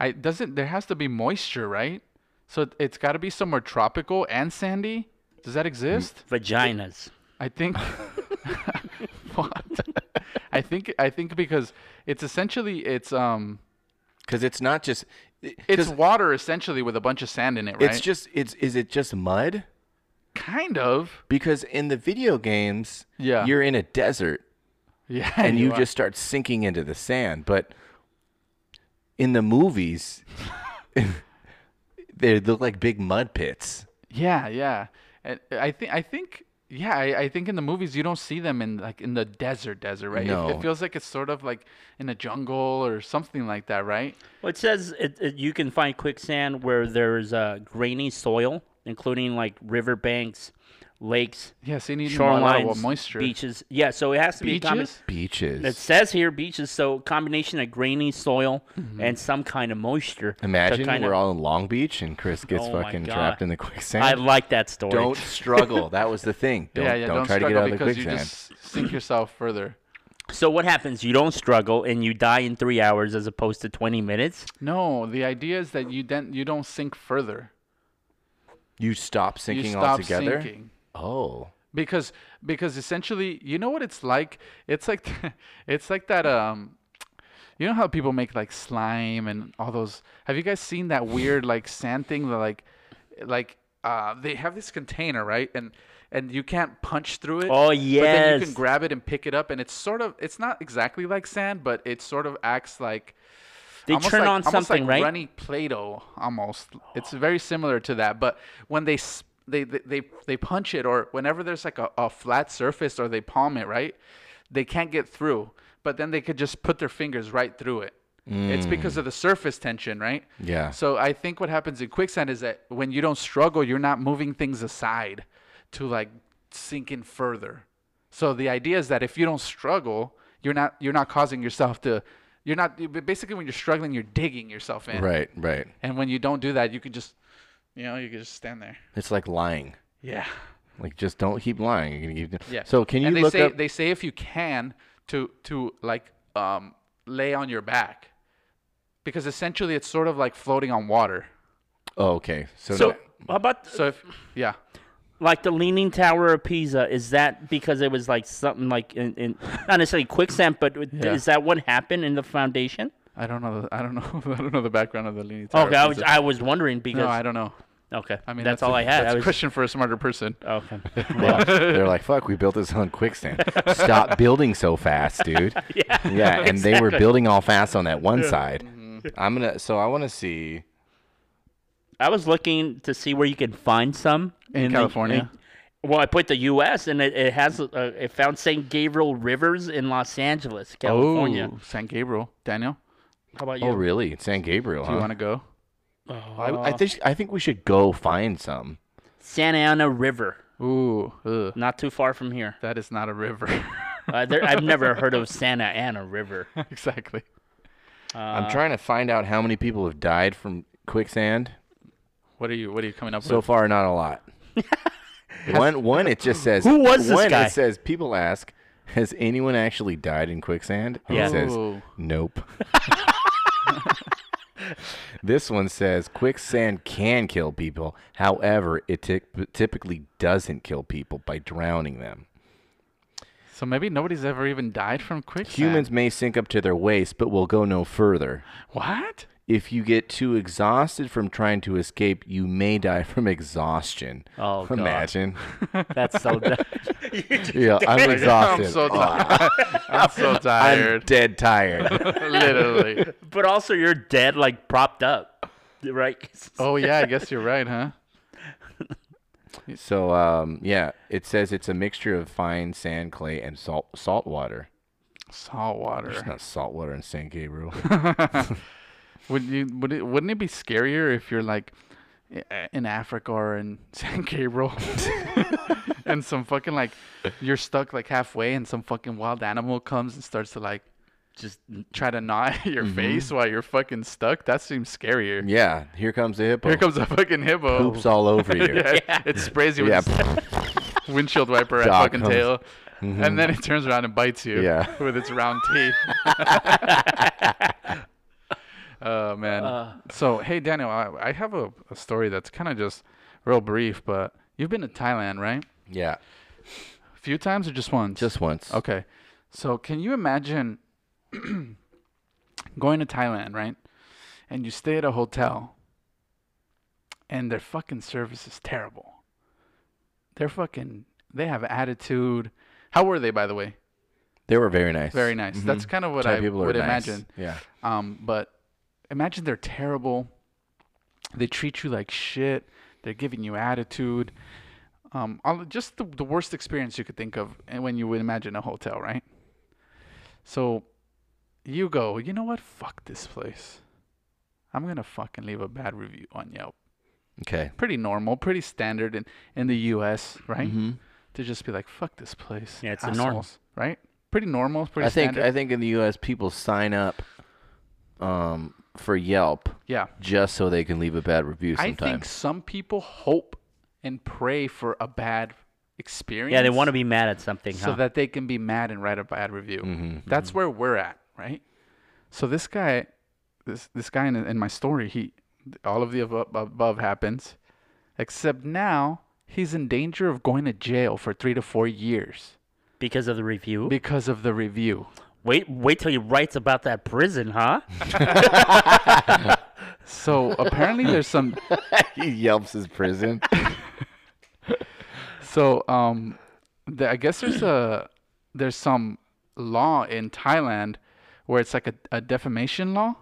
[SPEAKER 2] I doesn't there has to be moisture, right? So it- it's got to be somewhere tropical and sandy. Does that exist?
[SPEAKER 3] Vaginas.
[SPEAKER 2] I think what? I think I think because it's essentially it's um
[SPEAKER 1] Because it's not just. it-
[SPEAKER 2] it's
[SPEAKER 1] 'cause
[SPEAKER 2] water essentially with a bunch of sand in it, right?
[SPEAKER 1] it's just it's is it just mud?
[SPEAKER 2] kind of.
[SPEAKER 1] Because in the video games,
[SPEAKER 2] Yeah.
[SPEAKER 1] you're in a desert
[SPEAKER 2] Yeah.
[SPEAKER 1] and you,
[SPEAKER 2] are.
[SPEAKER 1] just start sinking into the sand. But in the movies, they look like big mud pits.
[SPEAKER 2] Yeah, yeah. And uh, I think I think yeah, I, I think in the movies you don't see them in like in the desert, desert, right? It- It,
[SPEAKER 1] No.
[SPEAKER 2] feels like it's sort of like in a jungle or something like that, right?
[SPEAKER 3] Well, it says it, it, you can find quicksand where there's uh, grainy soil including like riverbanks, lakes,
[SPEAKER 2] Yes, you need more agua,
[SPEAKER 3] shorelines,
[SPEAKER 2] moisture.
[SPEAKER 3] beaches. Yeah, so it has to be a combi-
[SPEAKER 2] Beaches?
[SPEAKER 1] Beaches.
[SPEAKER 3] It says here beaches, so combination of grainy soil
[SPEAKER 2] Mm-hmm.
[SPEAKER 3] and some kind of moisture. to
[SPEAKER 1] Imagine
[SPEAKER 3] kind
[SPEAKER 1] we're
[SPEAKER 3] of-
[SPEAKER 1] all in Long Beach and Chris gets
[SPEAKER 3] Oh my
[SPEAKER 1] fucking
[SPEAKER 3] God.
[SPEAKER 1] trapped in the quicksand.
[SPEAKER 3] I like that story.
[SPEAKER 1] don't struggle. That was the thing. Don't,
[SPEAKER 2] yeah, yeah.
[SPEAKER 1] don't,
[SPEAKER 2] Don't,
[SPEAKER 1] try to get
[SPEAKER 2] struggle
[SPEAKER 1] out of the
[SPEAKER 2] because you
[SPEAKER 1] quicksand.
[SPEAKER 2] just sink yourself further.
[SPEAKER 3] So what happens? You don't struggle and you die in three hours as opposed to twenty minutes.
[SPEAKER 2] No, the idea is that you then you don't sink further.
[SPEAKER 1] You stop
[SPEAKER 2] You
[SPEAKER 1] sinking
[SPEAKER 2] stop
[SPEAKER 1] altogether.
[SPEAKER 2] sinking.
[SPEAKER 1] Oh,
[SPEAKER 2] because because essentially you know what it's like it's like it's like that um you know how people make like slime and all those have you guys seen that weird like sand thing that like like uh they have this container right and and you can't punch through it
[SPEAKER 3] Oh,
[SPEAKER 2] but then you
[SPEAKER 3] yes.
[SPEAKER 2] can grab it and pick it up and it's sort of it's not exactly like sand but it sort of acts like
[SPEAKER 3] They
[SPEAKER 2] almost
[SPEAKER 3] turn
[SPEAKER 2] like-
[SPEAKER 3] on
[SPEAKER 2] almost
[SPEAKER 3] something,
[SPEAKER 2] like
[SPEAKER 3] right?
[SPEAKER 2] runny Play-Doh, almost. It's very similar to that, but when they s- they they they, they punch it, or whenever there's like a, a flat surface, or they palm it, right? They can't get through, but then they could just put their fingers right through it. It's because of the surface tension, right?
[SPEAKER 1] Yeah.
[SPEAKER 2] So I think what happens in quicksand is that when you don't struggle, you're not moving things aside to like sink in further. So the idea is that if you don't struggle, you're not you're not causing yourself to you're not you- but basically when you're struggling, you're digging yourself in.
[SPEAKER 1] right, right.
[SPEAKER 2] And when you don't do that, you can just you know, you can just stand there.
[SPEAKER 1] It's like lying.
[SPEAKER 2] Yeah.
[SPEAKER 1] Like just don't keep lying. You're gonna keep.
[SPEAKER 2] Yeah.
[SPEAKER 1] So can you
[SPEAKER 2] and they
[SPEAKER 1] look
[SPEAKER 2] say
[SPEAKER 1] up?
[SPEAKER 2] they say if you can to to like um lay on your back because essentially it's sort of like floating on water.
[SPEAKER 1] oh, okay. So,
[SPEAKER 3] so
[SPEAKER 1] no-
[SPEAKER 3] how about
[SPEAKER 2] So if yeah.
[SPEAKER 3] like the Leaning Tower of Pisa? Is that because it was like something like in, in not necessarily quicksand, but with-
[SPEAKER 2] Yeah.
[SPEAKER 3] is that what happened in the foundation?
[SPEAKER 2] I don't know. The, I don't know. I don't know the background of the Leaning Tower.
[SPEAKER 3] Okay, Oh, I was
[SPEAKER 2] Pizza.
[SPEAKER 3] I was wondering because
[SPEAKER 2] no, I don't know.
[SPEAKER 3] okay,
[SPEAKER 2] I mean,
[SPEAKER 3] that's,
[SPEAKER 2] a-
[SPEAKER 3] all I had.
[SPEAKER 2] That's
[SPEAKER 3] I
[SPEAKER 2] a
[SPEAKER 3] was
[SPEAKER 2] question for a smarter person.
[SPEAKER 3] okay.
[SPEAKER 1] yeah. they're like, "Fuck, we built this on quicksand. Stop building so fast, dude."
[SPEAKER 3] yeah,
[SPEAKER 1] Yeah, and they were building all fast on that one side.
[SPEAKER 2] Mm-hmm.
[SPEAKER 1] I'm gonna. So I want to see.
[SPEAKER 3] I was looking to see where you can find some
[SPEAKER 2] In
[SPEAKER 3] and they-
[SPEAKER 2] California?
[SPEAKER 3] and- well, I put the U.S. and it, it has uh, it found St. Gabriel rivers in Los Angeles, California.
[SPEAKER 2] Oh, San Gabriel. Daniel,
[SPEAKER 3] How about you? Uh,
[SPEAKER 1] Oh, really? San Gabriel,
[SPEAKER 2] do you
[SPEAKER 1] huh?
[SPEAKER 2] want to go?
[SPEAKER 1] I, I think I think we should go find some.
[SPEAKER 3] Santa Ana River,
[SPEAKER 2] Ooh, ugh,
[SPEAKER 3] not too far from here.
[SPEAKER 2] that is not a river.
[SPEAKER 3] Uh, there, I've never heard of Santa Ana River.
[SPEAKER 2] exactly. Uh,
[SPEAKER 1] I'm trying to find out how many people have died from quicksand.
[SPEAKER 2] What are you? What are you coming up
[SPEAKER 1] So
[SPEAKER 2] with?
[SPEAKER 1] far, not a lot. one, one, it just says.
[SPEAKER 3] Who was this
[SPEAKER 1] one,
[SPEAKER 3] guy?
[SPEAKER 1] It says people ask, "Has anyone actually died in quicksand?" And
[SPEAKER 3] Yeah.
[SPEAKER 1] It says,
[SPEAKER 2] Ooh.
[SPEAKER 1] "Nope." this one says quicksand can kill people. However, it ty- typically doesn't kill people by drowning them.
[SPEAKER 2] So maybe nobody's ever even died from quicksand.
[SPEAKER 1] Humans may sink up to their waist, but will go no further.
[SPEAKER 2] What?
[SPEAKER 1] If you get too exhausted from trying to escape, you may die from exhaustion.
[SPEAKER 3] Oh, God.
[SPEAKER 1] imagine!
[SPEAKER 3] That's so. dumb.
[SPEAKER 1] Yeah, I'm exhausted.
[SPEAKER 2] I'm so tired. I'm so
[SPEAKER 1] I'm
[SPEAKER 2] tired.
[SPEAKER 1] dead tired.
[SPEAKER 2] Literally.
[SPEAKER 3] but also, you're dead, like propped up, right?
[SPEAKER 2] Oh yeah, I guess you're right, huh?
[SPEAKER 1] so um, yeah, it says it's a mixture of fine sand, clay, and salt salt water.
[SPEAKER 2] Salt
[SPEAKER 1] It's
[SPEAKER 2] water.
[SPEAKER 1] not salt water in San Gabriel.
[SPEAKER 2] Would you? Would it? Wouldn't it be scarier if you're like i- in Africa or in San Gabriel, and some fucking like you're stuck like halfway, and some fucking wild animal comes and starts to like
[SPEAKER 3] Just
[SPEAKER 2] try to gnaw at your face while you're fucking stuck? That seems scarier.
[SPEAKER 1] Mm-hmm. yeah, here comes the hippo.
[SPEAKER 2] Here comes a fucking hippo.
[SPEAKER 1] poops all over you.
[SPEAKER 2] Yeah, it sprays you with
[SPEAKER 1] Yeah,
[SPEAKER 2] its windshield wiper and
[SPEAKER 1] Dog
[SPEAKER 2] fucking
[SPEAKER 1] comes-
[SPEAKER 2] tail,
[SPEAKER 1] Mm-hmm.
[SPEAKER 2] and then it turns around and bites you
[SPEAKER 1] Yeah.
[SPEAKER 2] with its round teeth. oh man!
[SPEAKER 3] Uh,
[SPEAKER 2] so hey, Daniel, I, I have a, a story that's kind of just real brief, but you've been to Thailand, right?
[SPEAKER 1] yeah.
[SPEAKER 2] A few times or just once?
[SPEAKER 1] Just once.
[SPEAKER 2] Okay. So can you imagine going to Thailand, right? And you stay at a hotel and their fucking service is terrible. They're fucking they have attitude. How were they by the way?
[SPEAKER 1] They were very nice.
[SPEAKER 2] Very nice. That's kind of what
[SPEAKER 1] Mm-hmm. Thai
[SPEAKER 2] I
[SPEAKER 1] people are
[SPEAKER 2] would
[SPEAKER 1] nice.
[SPEAKER 2] imagine.
[SPEAKER 1] Yeah.
[SPEAKER 2] Um, but imagine they're terrible. They treat you like shit. They're giving you attitude. Um, all- just the, the worst experience you could think of and when you would imagine a hotel, right? So you go, you know what? Fuck this place. I'm going to fucking leave a bad review on Yelp.
[SPEAKER 1] Okay.
[SPEAKER 2] Pretty normal, pretty standard in, in the U.S., right?
[SPEAKER 1] Mm-hmm.
[SPEAKER 2] To just be like, "Fuck this place."
[SPEAKER 3] Yeah, it's a norm.
[SPEAKER 2] assholes," right? Pretty normal, pretty
[SPEAKER 1] I think
[SPEAKER 2] standard.
[SPEAKER 1] I think in the U.S. people sign up um, for Yelp
[SPEAKER 2] yeah.
[SPEAKER 1] just so they can leave a bad review sometimes.
[SPEAKER 2] I think some people hope and pray for a bad experience.
[SPEAKER 3] Yeah, they want to be mad at something,
[SPEAKER 2] so
[SPEAKER 3] huh?
[SPEAKER 2] that they can be mad and write a bad review.
[SPEAKER 1] Mm-hmm.
[SPEAKER 2] That's where we're at, right? So this guy, this this guy in, in my story, he, all of the above, above happens, except now he's in danger of going to jail for three to four years
[SPEAKER 3] because of the review.
[SPEAKER 2] because of the review.
[SPEAKER 3] wait, wait till he writes about that prison, huh?
[SPEAKER 2] So apparently there's some.
[SPEAKER 1] he yelps his prison.
[SPEAKER 2] So um, the, I guess there's a there's some law in Thailand where it's like a, a defamation law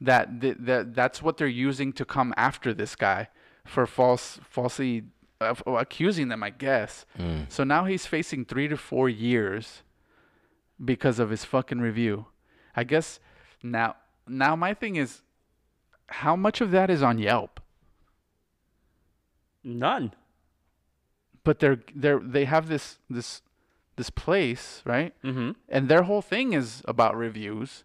[SPEAKER 2] that th- that that's what they're using to come after this guy for false falsely uh, f- accusing them, I guess. So now he's facing three to four years because of his fucking review. I guess now now my thing is how much of that is on Yelp?
[SPEAKER 3] None.
[SPEAKER 2] but they're they're they have this this this place right
[SPEAKER 3] Mhm.
[SPEAKER 2] and their whole thing is about reviews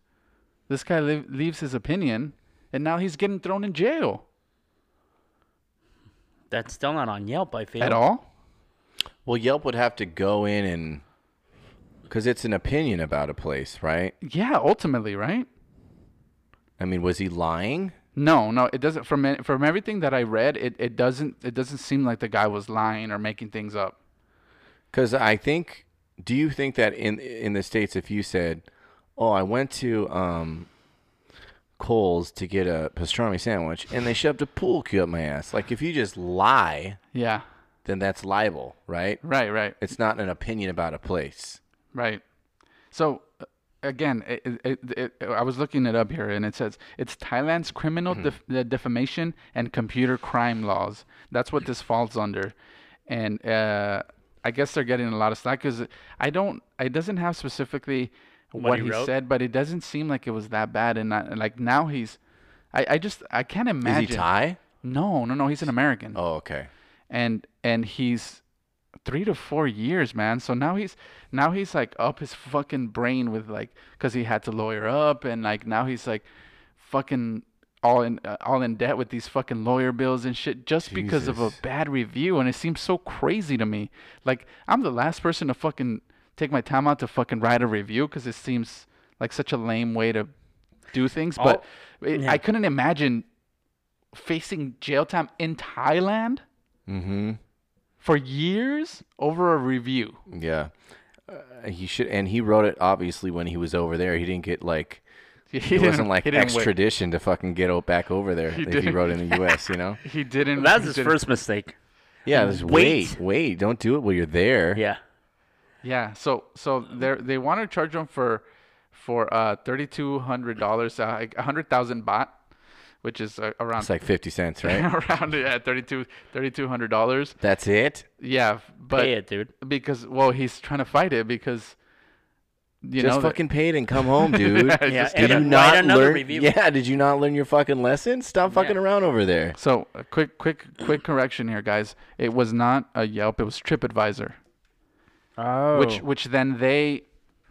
[SPEAKER 2] this guy li- leaves his opinion and now he's getting thrown in jail
[SPEAKER 3] That's still not on Yelp. I feel
[SPEAKER 2] at all
[SPEAKER 1] Well, Yelp would have to go in and because it's an opinion about a place, right?
[SPEAKER 2] yeah ultimately right
[SPEAKER 1] I mean, was he lying?
[SPEAKER 2] no no it doesn't from e- from everything that i read it, it doesn't it doesn't seem like the guy was lying or making things up
[SPEAKER 1] Because I think, do you think that in in the states, if you said, "Oh, I went to um, Cole's to get a pastrami sandwich," and they shoved a pool cue up my ass, like if you just lie,
[SPEAKER 2] yeah
[SPEAKER 1] then that's libel, right?
[SPEAKER 2] right right
[SPEAKER 1] It's not an opinion about a place.
[SPEAKER 2] Right. So uh, again, it, it- it, it, I was looking it up here, and it says it's Thailand's criminal def- uh, defamation and computer crime laws. That's what this falls under, and uh, I guess they're getting a lot of slack because I don't. It doesn't have specifically what,
[SPEAKER 3] he
[SPEAKER 2] he,
[SPEAKER 3] wrote?
[SPEAKER 2] said, but it doesn't seem like it was that bad. And I, like now he's, I, I just I can't
[SPEAKER 1] Is
[SPEAKER 2] imagine.
[SPEAKER 1] he Thai?
[SPEAKER 2] No, no, no. He's an American
[SPEAKER 1] Oh, okay.
[SPEAKER 2] and and he's three to four years man so now he's now he's like up his fucking brain with like because he had to lawyer up and like now he's like fucking all in uh, all in debt with these fucking lawyer bills and shit just because of a
[SPEAKER 1] Jesus.
[SPEAKER 2] bad review and it seems so crazy to me like i'm the last person to fucking take my time out to fucking write a review because it seems like such a lame way to do things but it,
[SPEAKER 3] yeah.
[SPEAKER 2] i couldn't imagine facing jail time in thailand
[SPEAKER 1] Mm-hmm.
[SPEAKER 2] for years over a review.
[SPEAKER 1] Yeah. Uh, he should, and he wrote it obviously when he was over there. He didn't get like
[SPEAKER 2] He
[SPEAKER 1] it wasn't
[SPEAKER 2] didn't-
[SPEAKER 1] like
[SPEAKER 2] he didn't win.
[SPEAKER 1] extradition to fucking get o- back over there. if he
[SPEAKER 2] didn't.
[SPEAKER 1] wrote in the U.S., you know.
[SPEAKER 2] He didn't.
[SPEAKER 3] that was
[SPEAKER 2] he
[SPEAKER 3] his
[SPEAKER 2] didn't-
[SPEAKER 3] first mistake.
[SPEAKER 1] Yeah, just
[SPEAKER 3] Wait.
[SPEAKER 1] wait, wait, don't do it while you're there.
[SPEAKER 3] Yeah.
[SPEAKER 2] Yeah. So so they they want to charge him for for uh thirty two hundred dollars, uh, like a hundred thousand baht, which is uh, around
[SPEAKER 1] It's like 50 cents, right?
[SPEAKER 2] around yeah thirty two thirty two hundred dollars.
[SPEAKER 1] That's it?
[SPEAKER 2] Yeah, but
[SPEAKER 3] Pay it, dude.
[SPEAKER 2] because well he's trying to fight it because you
[SPEAKER 1] Just
[SPEAKER 2] know that-
[SPEAKER 1] fucking paid and come home, dude.
[SPEAKER 2] I
[SPEAKER 3] Yeah,
[SPEAKER 2] just
[SPEAKER 1] Did
[SPEAKER 3] and
[SPEAKER 1] you
[SPEAKER 3] write
[SPEAKER 1] not
[SPEAKER 3] another
[SPEAKER 1] learn?
[SPEAKER 3] review.
[SPEAKER 1] Yeah, did you not learn your fucking lesson? Stop fucking around over there.
[SPEAKER 2] So, a quick, quick, quick correction here, guys. It was not a Yelp. It was TripAdvisor. Oh. Which, which then they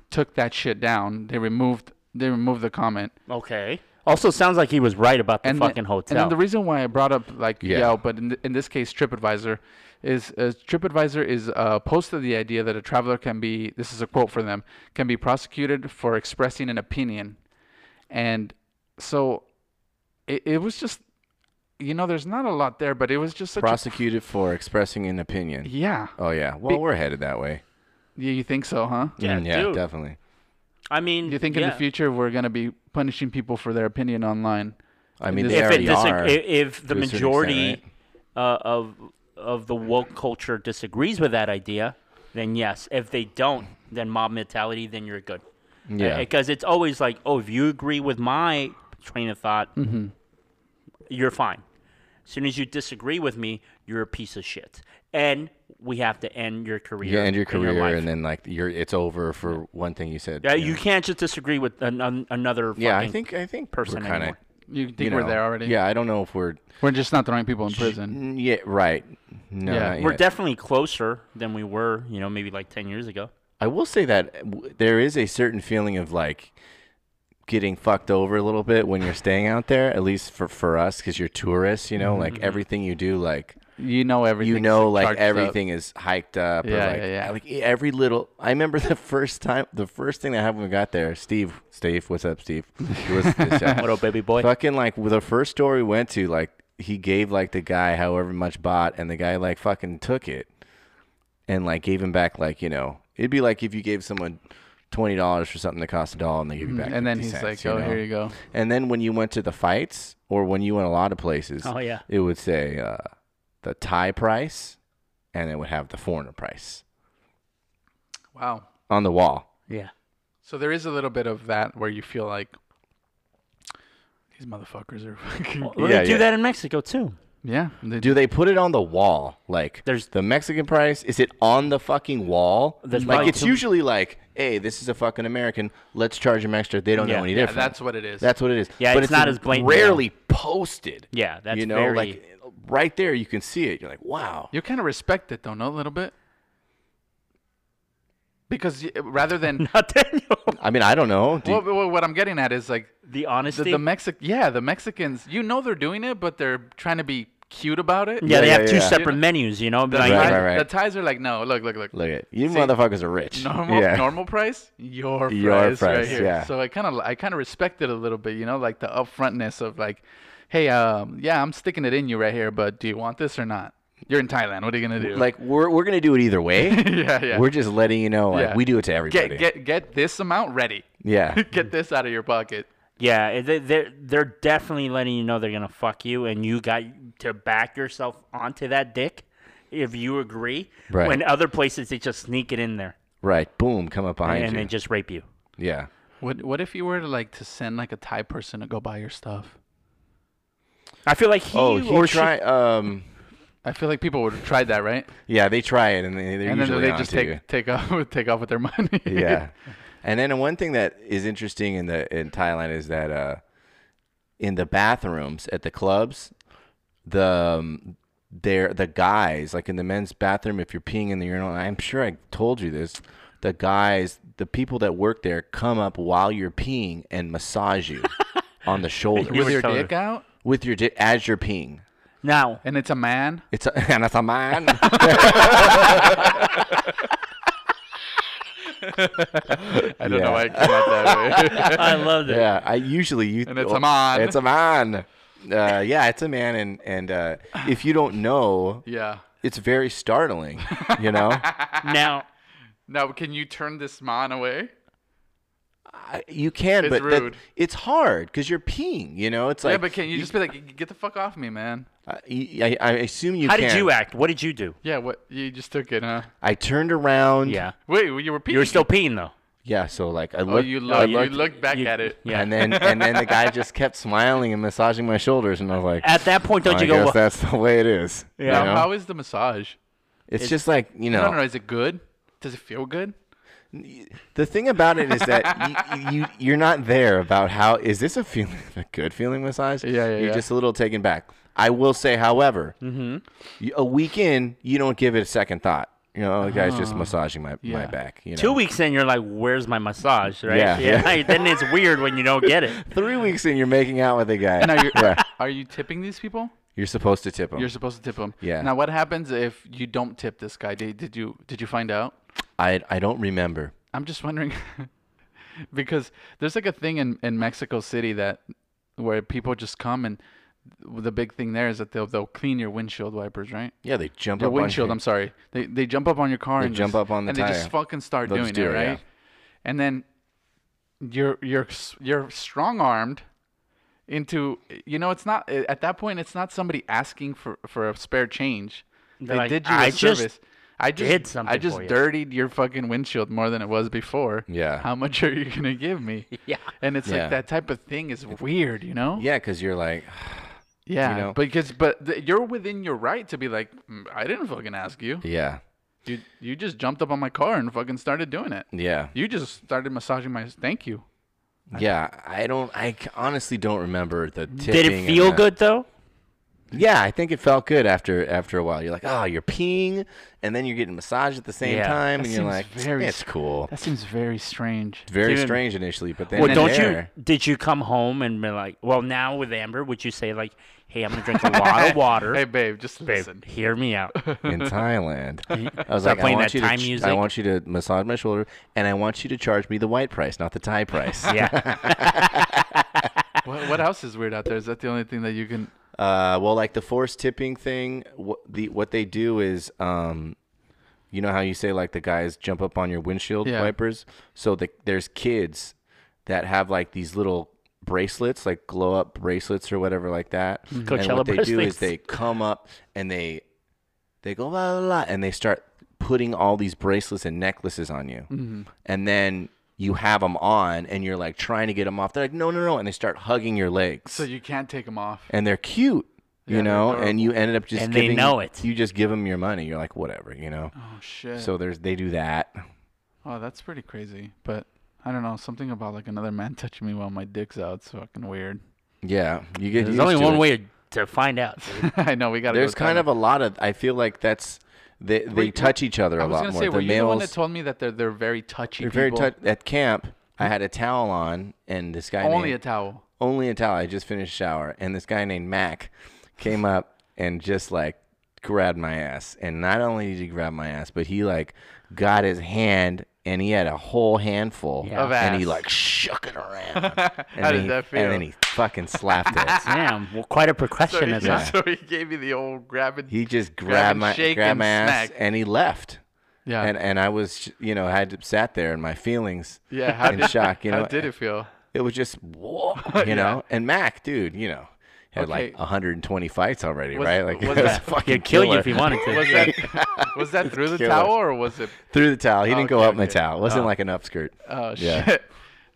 [SPEAKER 2] took that shit down. They removed, they removed the comment.
[SPEAKER 3] Okay. Also, sounds like he was right about the
[SPEAKER 2] And the-
[SPEAKER 3] fucking hotel.
[SPEAKER 2] And then the reason why I brought up like
[SPEAKER 1] Yeah.
[SPEAKER 2] Yelp, but in, th- in this case TripAdvisor, is uh, TripAdvisor is uh, opposed to the idea that a traveler can be this is a quote for them can be prosecuted for expressing an opinion, and so it, it was just you know there's not a lot there, but it was just such a-
[SPEAKER 1] Prosecuted for expressing an opinion.
[SPEAKER 2] yeah
[SPEAKER 1] Oh, yeah. Well, we're headed that way.
[SPEAKER 2] you, you think so huh?
[SPEAKER 3] yeah,
[SPEAKER 1] Mm, yeah
[SPEAKER 3] dude.
[SPEAKER 1] definitely.
[SPEAKER 3] I mean,
[SPEAKER 2] Do you think in the
[SPEAKER 3] yeah.
[SPEAKER 2] future we're gonna be punishing people for their opinion online?
[SPEAKER 1] I mean,
[SPEAKER 2] If
[SPEAKER 1] they
[SPEAKER 3] if
[SPEAKER 1] already
[SPEAKER 3] it disag-
[SPEAKER 1] are.
[SPEAKER 3] i- if the
[SPEAKER 1] to a certain extent,
[SPEAKER 3] majority
[SPEAKER 1] right?
[SPEAKER 3] uh, of of the woke culture disagrees with that idea, then yes. If they don't, then mob mentality, then you're good.
[SPEAKER 1] yeah.
[SPEAKER 3] Because it's always like, oh, if you agree with my train of thought,
[SPEAKER 1] Mm-hmm.
[SPEAKER 3] you're fine. As soon as you disagree with me, you're a piece of shit, and we have to end your career.
[SPEAKER 1] you end your
[SPEAKER 3] and
[SPEAKER 1] career
[SPEAKER 3] life.
[SPEAKER 1] and then, like, you're, it's over for one thing you said.
[SPEAKER 3] Yeah,
[SPEAKER 1] you know?
[SPEAKER 3] you can't just disagree with an, an, another.
[SPEAKER 1] Yeah, I
[SPEAKER 3] fucking-
[SPEAKER 1] think I think
[SPEAKER 3] person
[SPEAKER 1] we're kind of
[SPEAKER 3] anymore.
[SPEAKER 2] You
[SPEAKER 1] you
[SPEAKER 2] think we're
[SPEAKER 1] know.
[SPEAKER 2] there already?
[SPEAKER 1] Yeah, I don't know if we're.
[SPEAKER 2] We're just not throwing people in prison.
[SPEAKER 1] Mm, Yeah, right. No,
[SPEAKER 2] Yeah.
[SPEAKER 1] not
[SPEAKER 3] We're
[SPEAKER 1] yet.
[SPEAKER 3] definitely closer than we were, you know, maybe like 10 years ago.
[SPEAKER 1] I will say that w- there is a certain feeling of like getting fucked over a little bit when you're staying out there. At least for for us, because you're tourists. You know,
[SPEAKER 2] Mm-hmm.
[SPEAKER 1] like everything you do, like
[SPEAKER 2] You know everything.
[SPEAKER 1] you know like everything is hiked up
[SPEAKER 2] Yeah,
[SPEAKER 1] or like,
[SPEAKER 2] yeah, yeah.
[SPEAKER 1] like e- every little i remember the first time the first thing that happened when we got there steve steve what's up steve You listen to this, yeah.
[SPEAKER 3] What up, baby boy?
[SPEAKER 1] fucking like the first store we went to like he gave like the guy however much bought and the guy like fucking took it and like gave him back like you know it'd be like if you gave someone Twenty dollars for something that cost a dollar, and they give you back.
[SPEAKER 2] Mm-hmm. And then
[SPEAKER 1] 50
[SPEAKER 2] he's
[SPEAKER 1] cents,
[SPEAKER 2] like,
[SPEAKER 1] you
[SPEAKER 2] "Oh,
[SPEAKER 1] know?
[SPEAKER 2] here you go."
[SPEAKER 1] And then when you went to the fights, or when you went a lot of places,
[SPEAKER 3] Oh, yeah.
[SPEAKER 1] it would say uh, the Thai price, and it would have the foreigner price
[SPEAKER 2] Wow.
[SPEAKER 1] on the wall.
[SPEAKER 3] Yeah.
[SPEAKER 2] So there is a little bit of that where you feel like these motherfuckers are fucking.
[SPEAKER 3] Well,
[SPEAKER 1] Yeah,
[SPEAKER 3] they do
[SPEAKER 1] yeah.
[SPEAKER 3] that in Mexico too.
[SPEAKER 2] Yeah. They
[SPEAKER 1] Do they put it on the wall? Like
[SPEAKER 3] There's-
[SPEAKER 1] the Mexican price. Is it on the fucking wall?
[SPEAKER 3] There's
[SPEAKER 1] like
[SPEAKER 3] probably
[SPEAKER 1] it's
[SPEAKER 3] two-
[SPEAKER 1] usually like, hey, this is a fucking American. Let's charge them extra. They don't
[SPEAKER 3] Yeah.
[SPEAKER 1] know any
[SPEAKER 3] Yeah,
[SPEAKER 2] Yeah,
[SPEAKER 1] different.
[SPEAKER 2] that's what it is.
[SPEAKER 1] that's what it is.
[SPEAKER 3] Yeah,
[SPEAKER 1] but
[SPEAKER 3] it's not as blatant.
[SPEAKER 1] Rarely posted.
[SPEAKER 3] Yeah, that's
[SPEAKER 1] you know,
[SPEAKER 3] very-
[SPEAKER 1] like right there, you can see it. You're like, wow.
[SPEAKER 2] you kind of respect it though, no, a little bit. Because y- rather than
[SPEAKER 3] Not Daniel.
[SPEAKER 1] I mean, I don't know. Do you-
[SPEAKER 2] well, well, what I'm getting at is like
[SPEAKER 3] The
[SPEAKER 2] the,
[SPEAKER 3] honesty.
[SPEAKER 2] the Mexic, yeah, the Mexicans. You know they're doing it, but they're trying to be cute about it.
[SPEAKER 3] yeah, they
[SPEAKER 1] Yeah,
[SPEAKER 3] have
[SPEAKER 1] yeah,
[SPEAKER 3] two
[SPEAKER 1] yeah.
[SPEAKER 3] separate menus, you know?
[SPEAKER 2] The,
[SPEAKER 3] Like,
[SPEAKER 1] Right,
[SPEAKER 2] Thais-
[SPEAKER 1] right, right.
[SPEAKER 2] the Thais are like, no, look, look, look.
[SPEAKER 1] Look at you, motherfuckers are rich.
[SPEAKER 2] Normal,
[SPEAKER 1] yeah.
[SPEAKER 2] normal price, your price,
[SPEAKER 1] Your
[SPEAKER 2] right
[SPEAKER 1] price,
[SPEAKER 2] here.
[SPEAKER 1] yeah.
[SPEAKER 2] So I kind of, I kind of respect it a little bit, you know, like the upfrontness of like, hey, um, yeah, I'm sticking it in you right here, but do you want this or not? You're in Thailand. What are you gonna do?
[SPEAKER 1] Like we're we're gonna do it either way.
[SPEAKER 2] yeah, yeah.
[SPEAKER 1] We're just letting you know, like
[SPEAKER 2] Yeah.
[SPEAKER 1] we do it to everybody.
[SPEAKER 2] get get get this amount ready.
[SPEAKER 1] yeah,
[SPEAKER 2] get this out of your pocket.
[SPEAKER 3] yeah, it- they, they're, they're definitely letting you know they're going to fuck you, and you got to back yourself onto that dick if you agree.
[SPEAKER 1] Right.
[SPEAKER 3] When other places, they just sneak it in there
[SPEAKER 1] right. Boom, come up behind
[SPEAKER 3] and
[SPEAKER 1] you.
[SPEAKER 3] they just rape you.
[SPEAKER 1] yeah,
[SPEAKER 2] What what if you were to like to send like a Thai person to go buy your stuff?
[SPEAKER 3] I feel like he
[SPEAKER 1] Oh,
[SPEAKER 3] or
[SPEAKER 1] he
[SPEAKER 3] she-
[SPEAKER 1] try. Um,
[SPEAKER 2] I feel like people would have tried that, right?
[SPEAKER 1] yeah, they try it, and they, they're
[SPEAKER 2] and then
[SPEAKER 1] usually
[SPEAKER 2] they
[SPEAKER 1] on
[SPEAKER 2] just
[SPEAKER 1] to
[SPEAKER 2] take
[SPEAKER 1] you.
[SPEAKER 2] take off take off with their money.
[SPEAKER 1] Yeah, and then one thing that is interesting in the in Thailand is that uh, in the bathrooms at the clubs, the um, there the guys like in the men's bathroom, if you're peeing in the urinal, and I'm sure I told you this. The guys, the people that work there, come up while you're peeing and massage you on the shoulder
[SPEAKER 2] with your
[SPEAKER 3] totally-
[SPEAKER 2] dick out,
[SPEAKER 1] with your di- as you're peeing.
[SPEAKER 3] Now,
[SPEAKER 2] and it's a man.
[SPEAKER 1] It's a, and it's a man.
[SPEAKER 2] I don't know
[SPEAKER 1] Yeah.
[SPEAKER 2] why it came out that way.
[SPEAKER 3] I love that.
[SPEAKER 1] yeah, I usually use.
[SPEAKER 2] And it's a man.
[SPEAKER 1] It's a man. Uh, yeah, it's a man, and and uh, if you don't know,
[SPEAKER 2] yeah.
[SPEAKER 1] it's very startling. You know,
[SPEAKER 3] Now,
[SPEAKER 2] Now, can you turn this man away?
[SPEAKER 1] I, you can,
[SPEAKER 2] It's
[SPEAKER 1] but that-
[SPEAKER 2] rude.
[SPEAKER 1] it's hard because you're peeing. You know, it's like. uh,
[SPEAKER 2] yeah, but can you, just be like, get the fuck off me, man?
[SPEAKER 1] I, I, I assume you.
[SPEAKER 3] how
[SPEAKER 1] can.
[SPEAKER 3] did you act? What did you do?
[SPEAKER 2] Yeah, what you just took it, huh?
[SPEAKER 1] I turned around.
[SPEAKER 3] Yeah.
[SPEAKER 2] Wait, you were peeing.
[SPEAKER 3] You were still peeing, though.
[SPEAKER 1] Yeah. So like I
[SPEAKER 2] Oh,
[SPEAKER 1] looked.
[SPEAKER 2] you
[SPEAKER 1] I
[SPEAKER 2] look, you
[SPEAKER 1] looked-
[SPEAKER 2] looked back
[SPEAKER 3] You-
[SPEAKER 2] at it.
[SPEAKER 3] Yeah.
[SPEAKER 1] And then and then the guy just kept smiling and massaging my shoulders, and I was like,
[SPEAKER 3] At that point, don't
[SPEAKER 1] I
[SPEAKER 3] you go,
[SPEAKER 1] guess
[SPEAKER 3] well,
[SPEAKER 1] that's the way it is. you
[SPEAKER 2] Now,
[SPEAKER 1] know?
[SPEAKER 2] how is the massage?
[SPEAKER 1] it's just like you know.
[SPEAKER 2] I don't know. Is it good? Does it feel good?
[SPEAKER 1] The thing about it is that you, you you're not there about how is this a feeling a good feeling massage?
[SPEAKER 2] Yeah, yeah,
[SPEAKER 1] You're
[SPEAKER 2] yeah. Mm-hmm.
[SPEAKER 1] just a little taken back. I will say, however, you- a week in, you don't give it a second thought. You know, the guy's just massaging my, my
[SPEAKER 2] Oh, yeah.
[SPEAKER 1] back. You know?
[SPEAKER 3] two weeks in, you're like, where's my massage, right?
[SPEAKER 1] Yeah, yeah.
[SPEAKER 3] like, then it's weird when you don't get it.
[SPEAKER 1] three weeks in, you're making out with a guy.
[SPEAKER 2] Now, you're,
[SPEAKER 1] yeah,
[SPEAKER 2] Are you tipping these people?
[SPEAKER 1] you're supposed to tip him.
[SPEAKER 2] You're supposed to tip them.
[SPEAKER 1] Yeah.
[SPEAKER 2] Now, what happens if you don't tip this guy? Did, did you did you find out?
[SPEAKER 1] I I don't remember.
[SPEAKER 2] I'm just wondering because there's like a thing in, in Mexico City that where people just come and the big thing there is that they'll they'll clean your windshield wipers, right?
[SPEAKER 1] Yeah, they jump
[SPEAKER 2] Your
[SPEAKER 1] up
[SPEAKER 2] windshield.
[SPEAKER 1] on
[SPEAKER 2] I'm sorry. They they jump up on your car
[SPEAKER 1] They
[SPEAKER 2] and
[SPEAKER 1] jump
[SPEAKER 2] just-
[SPEAKER 1] up on the
[SPEAKER 2] and they just
[SPEAKER 1] tire.
[SPEAKER 2] fucking start
[SPEAKER 1] They'll
[SPEAKER 2] doing
[SPEAKER 1] just
[SPEAKER 2] it,
[SPEAKER 1] do it,
[SPEAKER 2] right?
[SPEAKER 1] yeah.
[SPEAKER 2] And then you're you're s- you're strong armed into you know it's not eh, at that point it's not somebody asking for for a spare change.
[SPEAKER 3] They're
[SPEAKER 2] they
[SPEAKER 3] like,
[SPEAKER 2] did you a
[SPEAKER 3] "I just
[SPEAKER 2] service. I just
[SPEAKER 3] did something
[SPEAKER 2] I just
[SPEAKER 3] for you."
[SPEAKER 2] dirtied your fucking windshield more than it was before.
[SPEAKER 1] Yeah.
[SPEAKER 2] How much are you gonna give me?
[SPEAKER 3] Yeah.
[SPEAKER 2] And it's
[SPEAKER 1] Yeah.
[SPEAKER 2] like that type of thing is weird, you know?
[SPEAKER 1] Yeah, because you're like,
[SPEAKER 2] Yeah.
[SPEAKER 1] know?
[SPEAKER 2] Because but th- you're within your right to be like, "Mm, I didn't fucking ask you.
[SPEAKER 1] yeah,
[SPEAKER 2] You you just jumped up on my car and fucking started doing it.
[SPEAKER 1] yeah.
[SPEAKER 2] You just started massaging my. Thank you.
[SPEAKER 1] Yeah, I don't. I c- honestly don't remember the.
[SPEAKER 3] Did
[SPEAKER 1] tipping
[SPEAKER 3] it
[SPEAKER 1] and
[SPEAKER 3] feel
[SPEAKER 1] that.
[SPEAKER 3] good though?
[SPEAKER 1] Yeah, I think it felt good after after a while. You're like, oh, you're peeing, and then you're getting massaged at the same
[SPEAKER 3] Yeah.
[SPEAKER 1] time,
[SPEAKER 2] That
[SPEAKER 1] and you're
[SPEAKER 2] seems
[SPEAKER 1] like,
[SPEAKER 2] very
[SPEAKER 1] it's
[SPEAKER 2] sc-
[SPEAKER 1] cool.
[SPEAKER 2] That seems very strange.
[SPEAKER 1] It's very
[SPEAKER 3] Dude.
[SPEAKER 1] strange initially, but then
[SPEAKER 3] Well,
[SPEAKER 1] it's
[SPEAKER 3] don't
[SPEAKER 1] there.
[SPEAKER 3] you? Did you come home and be like, well, now with Amber, would you say like, hey, I'm gonna drink a lot of water?
[SPEAKER 2] Hey, babe, just
[SPEAKER 3] Babe,
[SPEAKER 2] listen.
[SPEAKER 3] hear me out.
[SPEAKER 1] in Thailand. I was like,
[SPEAKER 3] Start
[SPEAKER 1] I
[SPEAKER 3] playing
[SPEAKER 1] want
[SPEAKER 3] that
[SPEAKER 1] you to,
[SPEAKER 3] Thai
[SPEAKER 1] ch-
[SPEAKER 3] music.
[SPEAKER 1] I want you to massage my shoulder, and I want you to charge me the white price, not the Thai price.
[SPEAKER 3] Yeah.
[SPEAKER 2] what, what else is weird out there? Is that the only thing that you can?
[SPEAKER 1] Uh, well, like the forced tipping thing, what the what they do is, um, you know how you say like the guys jump up on your windshield
[SPEAKER 2] Yeah.
[SPEAKER 1] wipers. So the, there's kids that have like these little bracelets, like glow up bracelets or whatever like that.
[SPEAKER 2] Mm-hmm.
[SPEAKER 1] and
[SPEAKER 3] Coachella
[SPEAKER 1] what they do
[SPEAKER 3] bracelets.
[SPEAKER 1] is they come up and they they go blah blah blah, and they start putting all these bracelets and necklaces on you,
[SPEAKER 2] mm-hmm.
[SPEAKER 1] and then. You have them on, and you're like trying to get them off. They're like, no, no, no, and they start hugging your legs
[SPEAKER 2] So you can't take them off.
[SPEAKER 1] and they're cute, you
[SPEAKER 2] Yeah, they're
[SPEAKER 1] know, and you ended up just
[SPEAKER 3] And they
[SPEAKER 1] giving,
[SPEAKER 3] know it.
[SPEAKER 1] You just give them your money. You're like, whatever, you know.
[SPEAKER 2] Oh shit.
[SPEAKER 1] So there's they do that.
[SPEAKER 2] oh, that's pretty crazy. But I don't know. Something about like another man touching me while my dick's out. It's fucking weird.
[SPEAKER 1] Yeah, you get.
[SPEAKER 3] There's
[SPEAKER 1] used
[SPEAKER 3] only
[SPEAKER 1] to
[SPEAKER 3] one
[SPEAKER 1] it.
[SPEAKER 3] way to find out. dude.
[SPEAKER 2] I know we got.
[SPEAKER 1] There's kind of a lot of. I feel like that's they they
[SPEAKER 2] you-
[SPEAKER 1] touch each other
[SPEAKER 2] I
[SPEAKER 1] a
[SPEAKER 2] was
[SPEAKER 1] lot
[SPEAKER 2] gonna
[SPEAKER 1] more.
[SPEAKER 2] say,
[SPEAKER 1] the
[SPEAKER 2] were you the one that
[SPEAKER 1] males
[SPEAKER 2] told me that they're they're very touchy
[SPEAKER 1] they're
[SPEAKER 2] people?
[SPEAKER 1] very touch at camp. I had a towel on, and this guy
[SPEAKER 2] Only a
[SPEAKER 1] named,
[SPEAKER 2] towel.
[SPEAKER 1] only a towel. I just finished shower, and this guy named Mac came up and just like grabbed my ass. And not only did he grab my ass, but he like got his hand and he had a whole handful
[SPEAKER 3] Yeah.
[SPEAKER 2] Of
[SPEAKER 1] and he
[SPEAKER 2] ass.
[SPEAKER 1] like shook it around. and
[SPEAKER 2] How
[SPEAKER 1] then
[SPEAKER 2] did
[SPEAKER 1] he-
[SPEAKER 2] that feel?
[SPEAKER 1] And then he fucking slapped it.
[SPEAKER 3] Damn, well, quite a
[SPEAKER 2] so, he,
[SPEAKER 3] percussion as well.
[SPEAKER 2] so he gave me the old grab it.
[SPEAKER 1] He just
[SPEAKER 2] Grab
[SPEAKER 1] grabbed
[SPEAKER 2] and
[SPEAKER 1] my
[SPEAKER 2] shake
[SPEAKER 1] grabbed
[SPEAKER 2] and
[SPEAKER 1] my ass
[SPEAKER 2] smack. Uh.
[SPEAKER 1] and he left.
[SPEAKER 2] yeah.
[SPEAKER 1] And and I was you know had sat there in my feelings.
[SPEAKER 2] yeah. How
[SPEAKER 1] in
[SPEAKER 2] did,
[SPEAKER 1] shock, you
[SPEAKER 2] how
[SPEAKER 1] know,
[SPEAKER 2] did it feel?
[SPEAKER 1] It was just whoa, you know. And Mac, dude, you know. Had like
[SPEAKER 2] Okay.
[SPEAKER 1] 120 fights already,
[SPEAKER 2] Was-
[SPEAKER 1] right? Like
[SPEAKER 2] was
[SPEAKER 1] it was
[SPEAKER 2] that-
[SPEAKER 1] a fucking
[SPEAKER 3] He'd kill you
[SPEAKER 1] killer.
[SPEAKER 3] if he wanted
[SPEAKER 2] Was
[SPEAKER 3] to.
[SPEAKER 2] that was that through the
[SPEAKER 1] Killer.
[SPEAKER 2] towel or was it?
[SPEAKER 1] Through the towel. He didn't go
[SPEAKER 2] Okay,
[SPEAKER 1] up my
[SPEAKER 2] okay.
[SPEAKER 1] towel. It wasn't like an upskirt.
[SPEAKER 2] Oh
[SPEAKER 1] Yeah.
[SPEAKER 2] shit!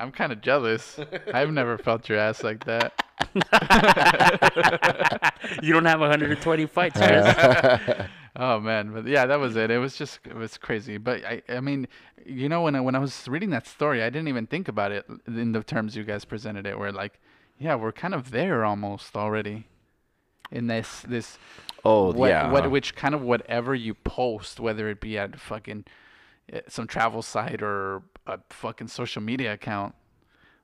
[SPEAKER 2] I'm kind of jealous. I've never felt your ass like that.
[SPEAKER 3] you don't have 120 fights, Chris.
[SPEAKER 2] Oh man, but yeah, that was it. It was just it was crazy. But I, I mean, you know, when I when I was reading that story, I didn't even think about it in the terms you guys presented it. Where like, yeah, we're kind of there almost already, in this this
[SPEAKER 1] Oh,
[SPEAKER 2] what,
[SPEAKER 1] yeah.
[SPEAKER 2] what which kind of whatever you post, whether it be at fucking eh, some travel site or a fucking social media account,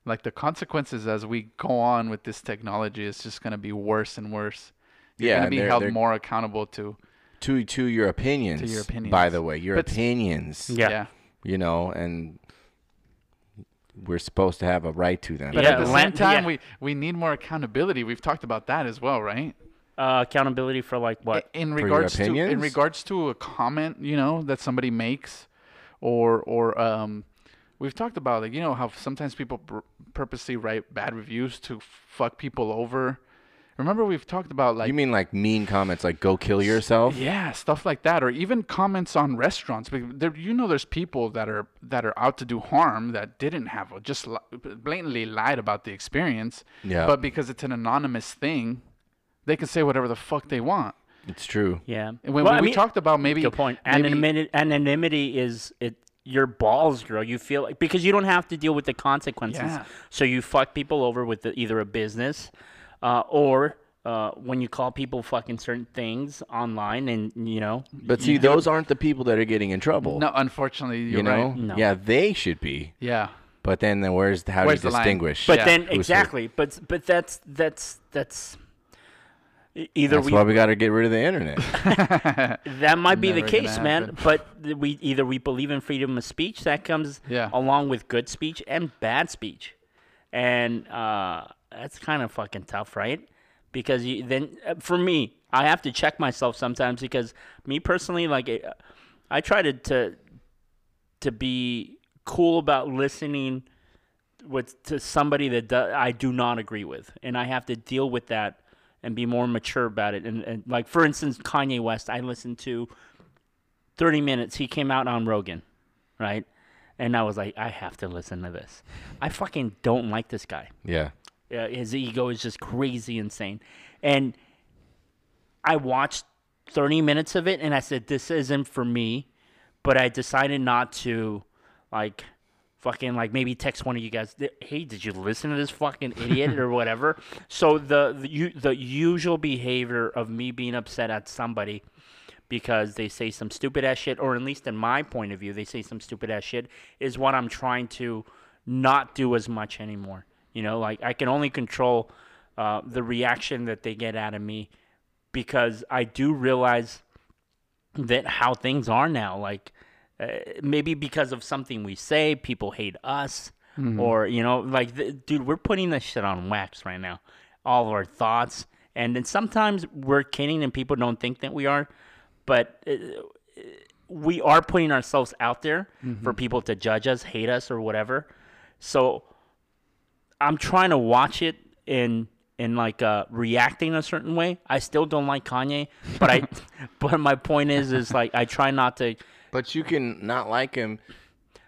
[SPEAKER 2] like the consequences as we go on with this technology is just gonna be worse and worse. You're
[SPEAKER 1] Yeah,
[SPEAKER 2] gonna
[SPEAKER 1] and
[SPEAKER 2] be
[SPEAKER 1] they're-
[SPEAKER 2] held
[SPEAKER 1] they're-
[SPEAKER 2] more accountable to.
[SPEAKER 1] to to your opinions.
[SPEAKER 2] To your opinions.
[SPEAKER 1] By the way, your
[SPEAKER 2] But-
[SPEAKER 1] opinions.
[SPEAKER 3] Yeah.
[SPEAKER 2] yeah.
[SPEAKER 1] You know, and we're supposed to have a right to them.
[SPEAKER 2] But
[SPEAKER 3] Yeah,
[SPEAKER 2] at the same
[SPEAKER 3] Lent-
[SPEAKER 2] time,
[SPEAKER 3] yeah.
[SPEAKER 2] we, we need more accountability. We've talked about that as well, right?
[SPEAKER 3] Uh, accountability for like what?
[SPEAKER 2] In
[SPEAKER 1] your
[SPEAKER 2] regards to in
[SPEAKER 1] opinions?
[SPEAKER 2] regards to a comment, you know, that somebody makes, or or um, we've talked about like you know how sometimes people pr- purposely write bad reviews to fuck people over. Remember, we've talked about like
[SPEAKER 1] you mean like mean comments, like "go kill yourself"?
[SPEAKER 2] yeah, stuff like that, or even comments on restaurants. Because there, you know, there's people that are that are out to do harm that didn't have just li- blatantly lied about the experience.
[SPEAKER 1] Yeah.
[SPEAKER 2] But because it's an anonymous thing, they can say whatever the fuck they want.
[SPEAKER 1] It's true.
[SPEAKER 3] Yeah.
[SPEAKER 2] And when
[SPEAKER 3] Well,
[SPEAKER 2] we,
[SPEAKER 3] I
[SPEAKER 2] we
[SPEAKER 3] mean-
[SPEAKER 2] talked about maybe
[SPEAKER 3] Good point.
[SPEAKER 2] maybe-
[SPEAKER 3] Anonymity, anonymity is it your balls, girl. You feel like because you don't have to deal with the consequences.
[SPEAKER 2] Yeah.
[SPEAKER 3] So you fuck people over with the, either a business, uh, or uh, when you call people fucking certain things online, and you know,
[SPEAKER 1] But see, those aren't the people that are getting in trouble.
[SPEAKER 2] no, unfortunately, you're
[SPEAKER 1] you know.
[SPEAKER 2] right.
[SPEAKER 3] No.
[SPEAKER 1] Yeah, they should be.
[SPEAKER 2] Yeah.
[SPEAKER 1] But then, the, where's the, how
[SPEAKER 2] Where's
[SPEAKER 1] do
[SPEAKER 2] the
[SPEAKER 1] you
[SPEAKER 2] line?
[SPEAKER 1] distinguish?
[SPEAKER 3] but
[SPEAKER 2] Yeah.
[SPEAKER 3] then
[SPEAKER 1] who?
[SPEAKER 3] exactly, but but that's that's that's e- either
[SPEAKER 1] that's
[SPEAKER 3] we
[SPEAKER 1] why we got to get rid of the internet.
[SPEAKER 3] that might be the
[SPEAKER 2] Never gonna
[SPEAKER 3] case, man.
[SPEAKER 2] happen.
[SPEAKER 3] But th- we either we believe in freedom of speech that comes
[SPEAKER 2] Yeah.
[SPEAKER 3] along with good speech and bad speech, and uh, that's kind of fucking tough, right? Because you, then uh, for me, I have to check myself sometimes because me personally, like uh, I try to to to be cool about listening with to somebody that do, I do not agree with, and I have to deal with that and be more mature about it. And, and like for instance, Kanye West, I listened to thirty minutes. He came out on Rogan, right? And I was like, I have to listen to this. I fucking don't like this guy.
[SPEAKER 1] yeah.
[SPEAKER 3] Uh, his ego is just crazy insane. And I watched 30 minutes of it and I said, this isn't for me. But I decided not to like fucking like maybe text one of you guys "Th- hey did you listen to this fucking idiot or whatever so the the, u- the usual behavior of me being upset at somebody because they say some stupid ass shit or at least in my point of view they say some stupid ass shit is what i'm trying to not do as much anymore you know like i can only control uh, the reaction that they get out of me because i do realize that how things are now. Like uh, maybe because of something we say, people hate us, or you know, like th- dude, we're putting this shit on wax right now. All of our thoughts, and then sometimes we're kidding, and people don't think that we are, but uh, we are putting ourselves out there
[SPEAKER 1] Mm-hmm.
[SPEAKER 3] for people to judge us, hate us, or whatever. So I'm trying to watch it in in like uh, reacting a certain way. I still don't like Kanye, but I but my point is is like I try not to.
[SPEAKER 1] But you can not like him,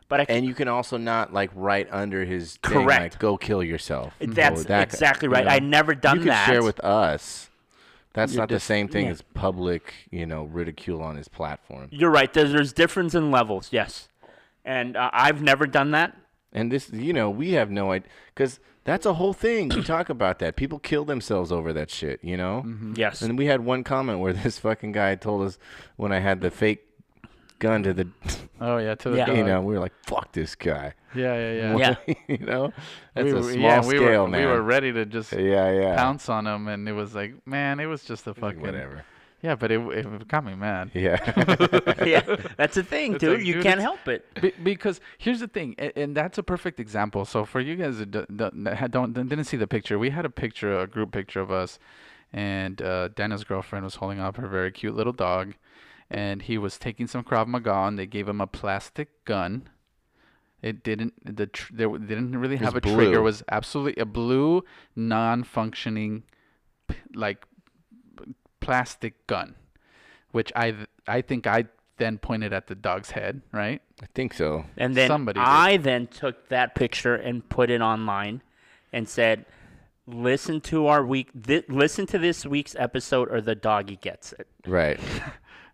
[SPEAKER 3] But I
[SPEAKER 1] and you can also not like right under his thing,
[SPEAKER 3] Correct.
[SPEAKER 1] like, go kill yourself.
[SPEAKER 3] that's
[SPEAKER 1] Or that guy,
[SPEAKER 3] exactly
[SPEAKER 1] you
[SPEAKER 3] right.
[SPEAKER 1] know?
[SPEAKER 3] I never done
[SPEAKER 1] you can
[SPEAKER 3] that.
[SPEAKER 1] share with us. That's not
[SPEAKER 2] just-
[SPEAKER 1] the same thing
[SPEAKER 3] yeah.
[SPEAKER 1] as public, you know, ridicule on his platform.
[SPEAKER 3] You're right. There's there's difference in levels. Yes, and uh, I've never done that.
[SPEAKER 1] And this, you know, we have no idea because that's a whole thing. We talk about that. People kill themselves over that shit, you know.
[SPEAKER 3] Yes.
[SPEAKER 1] And we had one comment where this fucking guy told us when I had the fake gun to the,
[SPEAKER 2] Oh yeah, to the
[SPEAKER 3] Yeah.
[SPEAKER 2] dog.
[SPEAKER 1] you know, we were like, "Fuck this guy,"
[SPEAKER 2] yeah, yeah, yeah.
[SPEAKER 3] yeah.
[SPEAKER 1] you know. That's
[SPEAKER 2] we
[SPEAKER 1] a
[SPEAKER 2] were,
[SPEAKER 1] small
[SPEAKER 2] yeah, we
[SPEAKER 1] scale,
[SPEAKER 2] were,
[SPEAKER 1] man.
[SPEAKER 2] We were ready to just
[SPEAKER 1] yeah, yeah.
[SPEAKER 2] pounce on him, and it was like, man, it was just a fucking
[SPEAKER 1] Whatever.
[SPEAKER 2] Yeah, but it, it got me mad.
[SPEAKER 1] Yeah.
[SPEAKER 3] yeah. That's the thing,
[SPEAKER 2] It's
[SPEAKER 3] dude.
[SPEAKER 2] like,
[SPEAKER 3] you
[SPEAKER 2] dude,
[SPEAKER 3] can't
[SPEAKER 2] it's-
[SPEAKER 3] help it.
[SPEAKER 2] Be- because here's the thing, and, and that's a perfect example. So for you guys that don't, don't, don't didn't see the picture, we had a picture, a group picture of us, and uh, Dana's girlfriend was holding up her very cute little dog, and he was taking some Krav Maga, and they gave him a plastic gun. It didn't the tr- they didn't really have a trigger.
[SPEAKER 1] blue.
[SPEAKER 2] It was absolutely a blue, non-functioning, p- like plastic gun, which I th- I think I then pointed at the dog's head, right?
[SPEAKER 1] I think so.
[SPEAKER 3] And then
[SPEAKER 2] Somebody did.
[SPEAKER 3] I then took that picture and put it online and said, "Listen to our week. Th- listen to this week's episode, or the doggy gets it."
[SPEAKER 1] Right.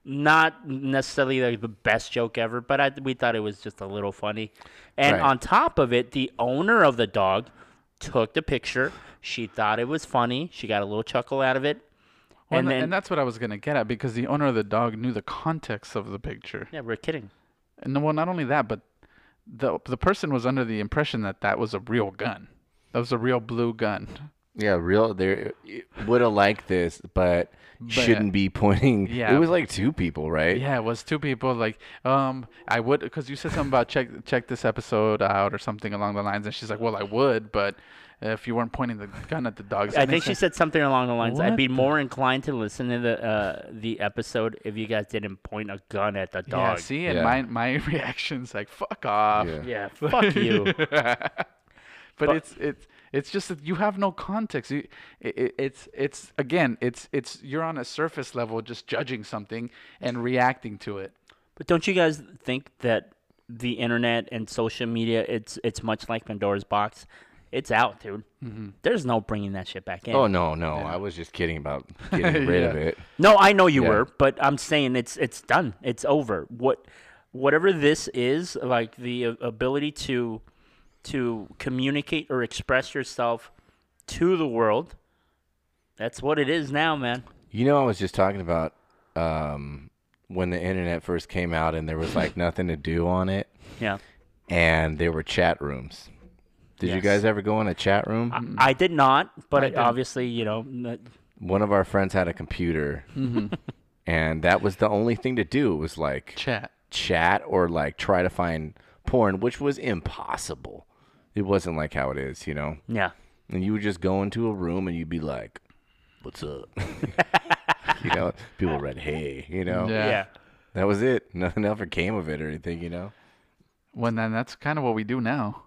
[SPEAKER 3] Not necessarily like the best joke ever, but I, we thought it was just a little funny. And
[SPEAKER 1] Right.
[SPEAKER 3] on top of it, the owner of the dog took the picture. She thought it was funny. She got a little chuckle out of it.
[SPEAKER 2] Well,
[SPEAKER 3] and
[SPEAKER 2] and,
[SPEAKER 3] then,
[SPEAKER 2] and that's what I was gonna get at because the owner of the dog knew the context of the picture.
[SPEAKER 3] yeah, we're kidding.
[SPEAKER 2] And well, not only that, but the the person was under the impression that that was a real gun. That was a real blue gun.
[SPEAKER 1] Yeah, real. They would have liked this, but, shouldn't be pointing.
[SPEAKER 2] Yeah.
[SPEAKER 1] It was like two people, right?
[SPEAKER 2] Yeah, it was two people. Like, um, I would because you said something about check check this episode out or something along the lines, and she's like, well, I would, but if you weren't pointing the gun at the dogs,
[SPEAKER 3] I
[SPEAKER 2] and
[SPEAKER 3] think
[SPEAKER 2] it's
[SPEAKER 3] she
[SPEAKER 2] like-
[SPEAKER 3] said something along the lines. I'd
[SPEAKER 2] What
[SPEAKER 3] be more inclined to listen to the uh, the episode if you guys didn't point a gun at the
[SPEAKER 2] Yeah,
[SPEAKER 3] dog.
[SPEAKER 2] see, and
[SPEAKER 1] Yeah.
[SPEAKER 2] my my reaction's like, fuck off.
[SPEAKER 1] Yeah.
[SPEAKER 3] Yeah, fuck you.
[SPEAKER 2] but, it's it's it's just that you have no context. You, it, it- it's it's again, it's it's you're on a surface level just judging something and reacting to it.
[SPEAKER 3] But don't you guys think that the internet and social media it's it's much like Pandora's box? It's out, dude.
[SPEAKER 2] Mm-hmm.
[SPEAKER 3] There's no bringing that shit back in.
[SPEAKER 1] Oh no, no. I was just kidding about getting rid of
[SPEAKER 2] Yeah.
[SPEAKER 1] it.
[SPEAKER 3] No, I know you
[SPEAKER 1] Yeah.
[SPEAKER 3] were, but I'm saying it's it's done. It's over. What whatever this is, like the a- ability to to communicate or express yourself to the world, that's what it is now, man.
[SPEAKER 1] You know, I was just talking about um, when the internet first came out, and there was like nothing to do on it,
[SPEAKER 3] Yeah.
[SPEAKER 1] and there were chat rooms. Did you
[SPEAKER 3] Yes.
[SPEAKER 1] guys ever go in a chat room?
[SPEAKER 3] I did not, but
[SPEAKER 2] I
[SPEAKER 3] it-
[SPEAKER 2] didn't.
[SPEAKER 3] obviously, you know, n-
[SPEAKER 1] One of our friends had a computer, and that was the only thing to do. Was like
[SPEAKER 2] Chat.
[SPEAKER 1] chat or like try to find porn, which was impossible. It wasn't like how it is, you know.
[SPEAKER 3] yeah.
[SPEAKER 1] And you would just go into a room and you'd be like, "What's up?" you know, people read, "Hey," you know.
[SPEAKER 2] Yeah.
[SPEAKER 3] Yeah.
[SPEAKER 1] That was it. Nothing ever came of it or anything, you know.
[SPEAKER 2] When then that's kind of what we do now.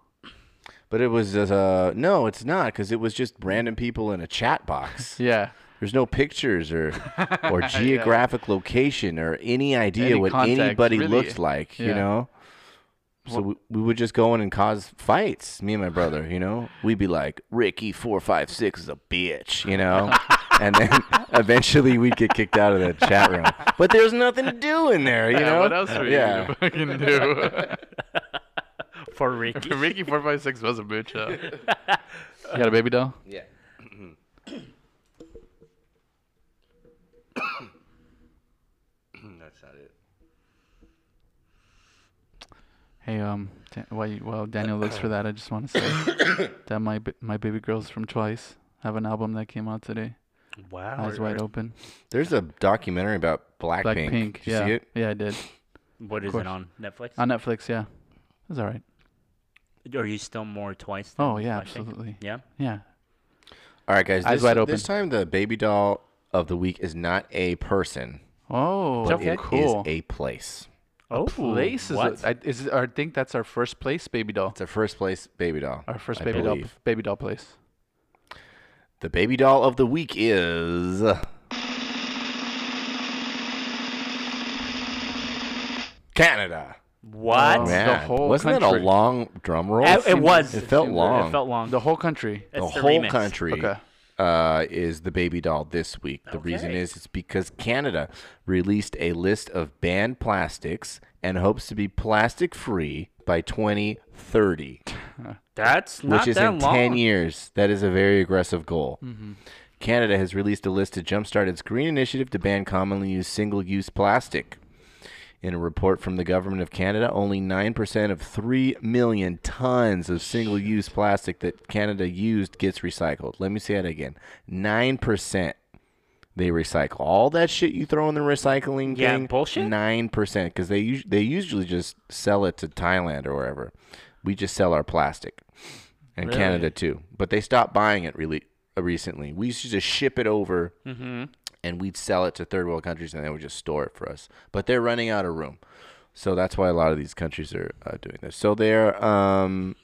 [SPEAKER 1] But it was just, uh no, it's not because it was just random people in a chat box.
[SPEAKER 2] Yeah.
[SPEAKER 1] There's no pictures or or geographic location or any idea
[SPEAKER 2] Any
[SPEAKER 1] what
[SPEAKER 2] context,
[SPEAKER 1] anybody
[SPEAKER 2] really.
[SPEAKER 1] looked like, you
[SPEAKER 2] Yeah.
[SPEAKER 1] know. So we, we would just go in and cause fights, me and my brother, you know. We'd be like, Ricky four five six is a bitch, you know. and then eventually we'd get kicked out of that chat room. But there's nothing to do in there, you
[SPEAKER 2] Yeah,
[SPEAKER 1] know.
[SPEAKER 2] What else are you
[SPEAKER 1] yeah.
[SPEAKER 2] gonna fucking do?
[SPEAKER 3] for Ricky.
[SPEAKER 2] Ricky four five six was a bitch. Though. you got a baby doll?
[SPEAKER 1] Yeah. That's not it.
[SPEAKER 2] Hey, um, Dan- while you, while Daniel looks for that, I just want to say that my ba- my baby girls from Twice have an album that came out today.
[SPEAKER 3] Wow.
[SPEAKER 2] Eyes wide open.
[SPEAKER 1] There's a documentary about Blackpink.
[SPEAKER 2] Blackpink. Pink.
[SPEAKER 1] Did you
[SPEAKER 2] Yeah.
[SPEAKER 1] see it?
[SPEAKER 2] Yeah, I did.
[SPEAKER 3] What is
[SPEAKER 2] course.
[SPEAKER 3] it on Netflix?
[SPEAKER 2] On Netflix. Yeah. It was all right.
[SPEAKER 3] Are you still more twice? than
[SPEAKER 2] Oh yeah,
[SPEAKER 3] Blackpink?
[SPEAKER 2] absolutely.
[SPEAKER 3] Yeah.
[SPEAKER 2] Yeah.
[SPEAKER 1] All right, guys.
[SPEAKER 2] Eyes
[SPEAKER 1] this,
[SPEAKER 2] wide open.
[SPEAKER 1] this time, the baby doll of the week is not a person.
[SPEAKER 2] Oh,
[SPEAKER 1] But it is
[SPEAKER 2] cool.
[SPEAKER 1] a place.
[SPEAKER 3] Oh,
[SPEAKER 2] Place is,
[SPEAKER 3] what?
[SPEAKER 2] a, I, is it, I think that's our first place baby doll.
[SPEAKER 1] It's a first place baby doll.
[SPEAKER 2] Our first
[SPEAKER 1] I
[SPEAKER 2] baby doll,
[SPEAKER 1] believe.
[SPEAKER 2] baby doll place.
[SPEAKER 1] The baby doll of the week is. Canada.
[SPEAKER 3] what?
[SPEAKER 2] Oh.
[SPEAKER 1] Man,
[SPEAKER 2] the whole
[SPEAKER 1] wasn't that a
[SPEAKER 2] country.
[SPEAKER 1] long drum roll?
[SPEAKER 3] It, it was.
[SPEAKER 1] It felt long.
[SPEAKER 3] It felt long.
[SPEAKER 2] The whole country.
[SPEAKER 1] the
[SPEAKER 3] It's the
[SPEAKER 1] whole
[SPEAKER 3] remix.
[SPEAKER 1] country
[SPEAKER 2] Okay.
[SPEAKER 1] uh, is the baby doll this week. The reason
[SPEAKER 3] Okay.
[SPEAKER 1] is it's because Canada released a list of banned plastics and hopes to be plastic free by 2030,
[SPEAKER 3] That's not
[SPEAKER 1] which is
[SPEAKER 3] that
[SPEAKER 1] in
[SPEAKER 3] long. Mm-hmm.
[SPEAKER 1] 10 years. That is a very aggressive goal. Canada has released a list to jumpstart its green initiative to ban commonly used single use plastic. In a report from the government of Canada, only 9% of 3 million tons of single use plastic that Canada used gets recycled. Let me say that again 9%. They recycle all that shit you throw in the recycling
[SPEAKER 3] Yeah,
[SPEAKER 1] thing.
[SPEAKER 3] bullshit.
[SPEAKER 1] Nine percent, because they us- they usually just sell it to Thailand or wherever. We just sell our plastic, and Canada too. But they stopped buying it really uh, recently. We used to just ship it over and we'd sell it to third world countries and they would just store it for us. But they're running out of room. So that's why a lot of these countries are uh, doing this. So they're um,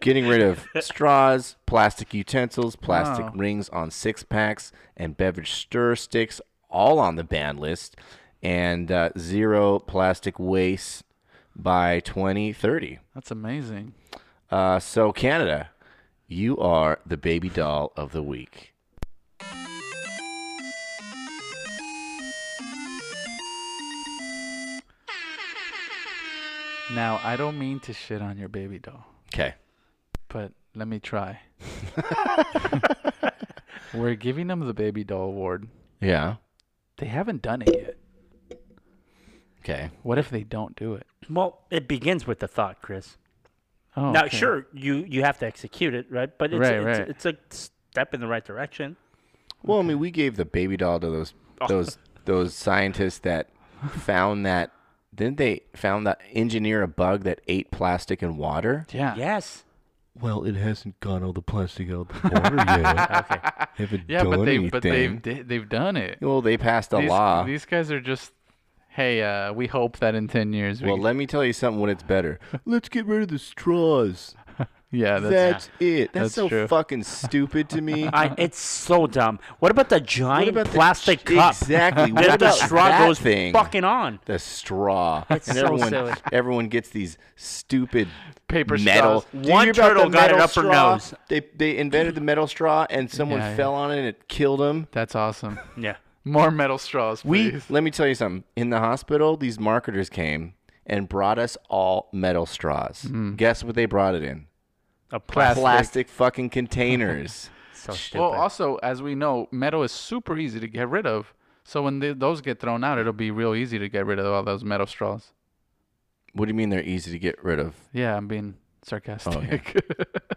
[SPEAKER 1] getting rid of straws, plastic utensils, plastic
[SPEAKER 2] Wow.
[SPEAKER 1] rings on six packs, and beverage stir sticks, all on the ban list, and uh, zero plastic waste by 2030.
[SPEAKER 2] That's amazing.
[SPEAKER 1] Uh, so, Canada, you are the baby doll of the week.
[SPEAKER 2] Now, I don't mean to shit on your baby doll,
[SPEAKER 1] Okay.
[SPEAKER 2] but let me try. We're giving them the baby doll award.
[SPEAKER 1] Yeah.
[SPEAKER 2] They haven't done it yet.
[SPEAKER 1] Okay.
[SPEAKER 2] What if they don't do it?
[SPEAKER 3] Well, it begins with the thought, Chris.
[SPEAKER 2] Oh,
[SPEAKER 3] Now,
[SPEAKER 2] okay.
[SPEAKER 3] sure, you you have to execute it, right? But it's
[SPEAKER 2] Right,
[SPEAKER 3] it's,
[SPEAKER 2] right.
[SPEAKER 3] it's a step in the right direction.
[SPEAKER 1] Well, I mean, we gave the baby doll to those those those scientists that found that. Didn't they found that engineer a bug that ate plastic and water?
[SPEAKER 2] Yeah.
[SPEAKER 3] Yes.
[SPEAKER 4] Well, it hasn't got all the plastic out the water yet.
[SPEAKER 3] Okay.
[SPEAKER 4] Haven't
[SPEAKER 2] Yeah,
[SPEAKER 4] done
[SPEAKER 2] but they
[SPEAKER 4] anything.
[SPEAKER 2] but they've they- they've done it.
[SPEAKER 1] Well, they passed a
[SPEAKER 2] these,
[SPEAKER 1] law.
[SPEAKER 2] these guys are just hey, uh, we hope that in 10 years we
[SPEAKER 1] well, let me tell you something. When it's better,
[SPEAKER 4] Let's get rid of the straws.
[SPEAKER 2] Yeah, that's
[SPEAKER 1] that's it. That's,
[SPEAKER 2] That's
[SPEAKER 1] so
[SPEAKER 2] true.
[SPEAKER 1] fucking stupid to me.
[SPEAKER 3] I, it's so dumb. What about the
[SPEAKER 1] What
[SPEAKER 3] giant
[SPEAKER 1] about the
[SPEAKER 3] plastic
[SPEAKER 1] sh-
[SPEAKER 3] cup?
[SPEAKER 1] Exactly.
[SPEAKER 3] That
[SPEAKER 1] What
[SPEAKER 3] the
[SPEAKER 1] about
[SPEAKER 3] straw
[SPEAKER 1] that
[SPEAKER 3] goes
[SPEAKER 1] thing?
[SPEAKER 3] fucking on.
[SPEAKER 1] the straw.
[SPEAKER 3] It's
[SPEAKER 1] and
[SPEAKER 3] so
[SPEAKER 1] everyone,
[SPEAKER 3] silly.
[SPEAKER 1] everyone gets these stupid
[SPEAKER 2] Paper
[SPEAKER 1] metal.
[SPEAKER 2] straws.
[SPEAKER 1] Do you
[SPEAKER 3] One
[SPEAKER 1] hear about
[SPEAKER 3] turtle
[SPEAKER 1] the
[SPEAKER 3] got it
[SPEAKER 1] metal
[SPEAKER 3] up her
[SPEAKER 1] straw?
[SPEAKER 3] nose.
[SPEAKER 1] They they invented the metal straw, and someone
[SPEAKER 2] Yeah, yeah.
[SPEAKER 1] fell on it, and it killed him.
[SPEAKER 2] That's awesome.
[SPEAKER 3] Yeah.
[SPEAKER 2] More metal straws,
[SPEAKER 1] We
[SPEAKER 2] please.
[SPEAKER 1] let me tell you something. In the hospital, these marketers came and brought us all metal straws. Guess what they brought it in?
[SPEAKER 3] A
[SPEAKER 2] Plastic.
[SPEAKER 1] Plastic fucking containers.
[SPEAKER 3] So stupid.
[SPEAKER 2] Well, also, as we know, metal is super easy to get rid of. So when th those get thrown out, it'll be real easy to get rid of all those metal straws.
[SPEAKER 1] what do you mean they're easy to get rid of?
[SPEAKER 2] Yeah, I'm being sarcastic.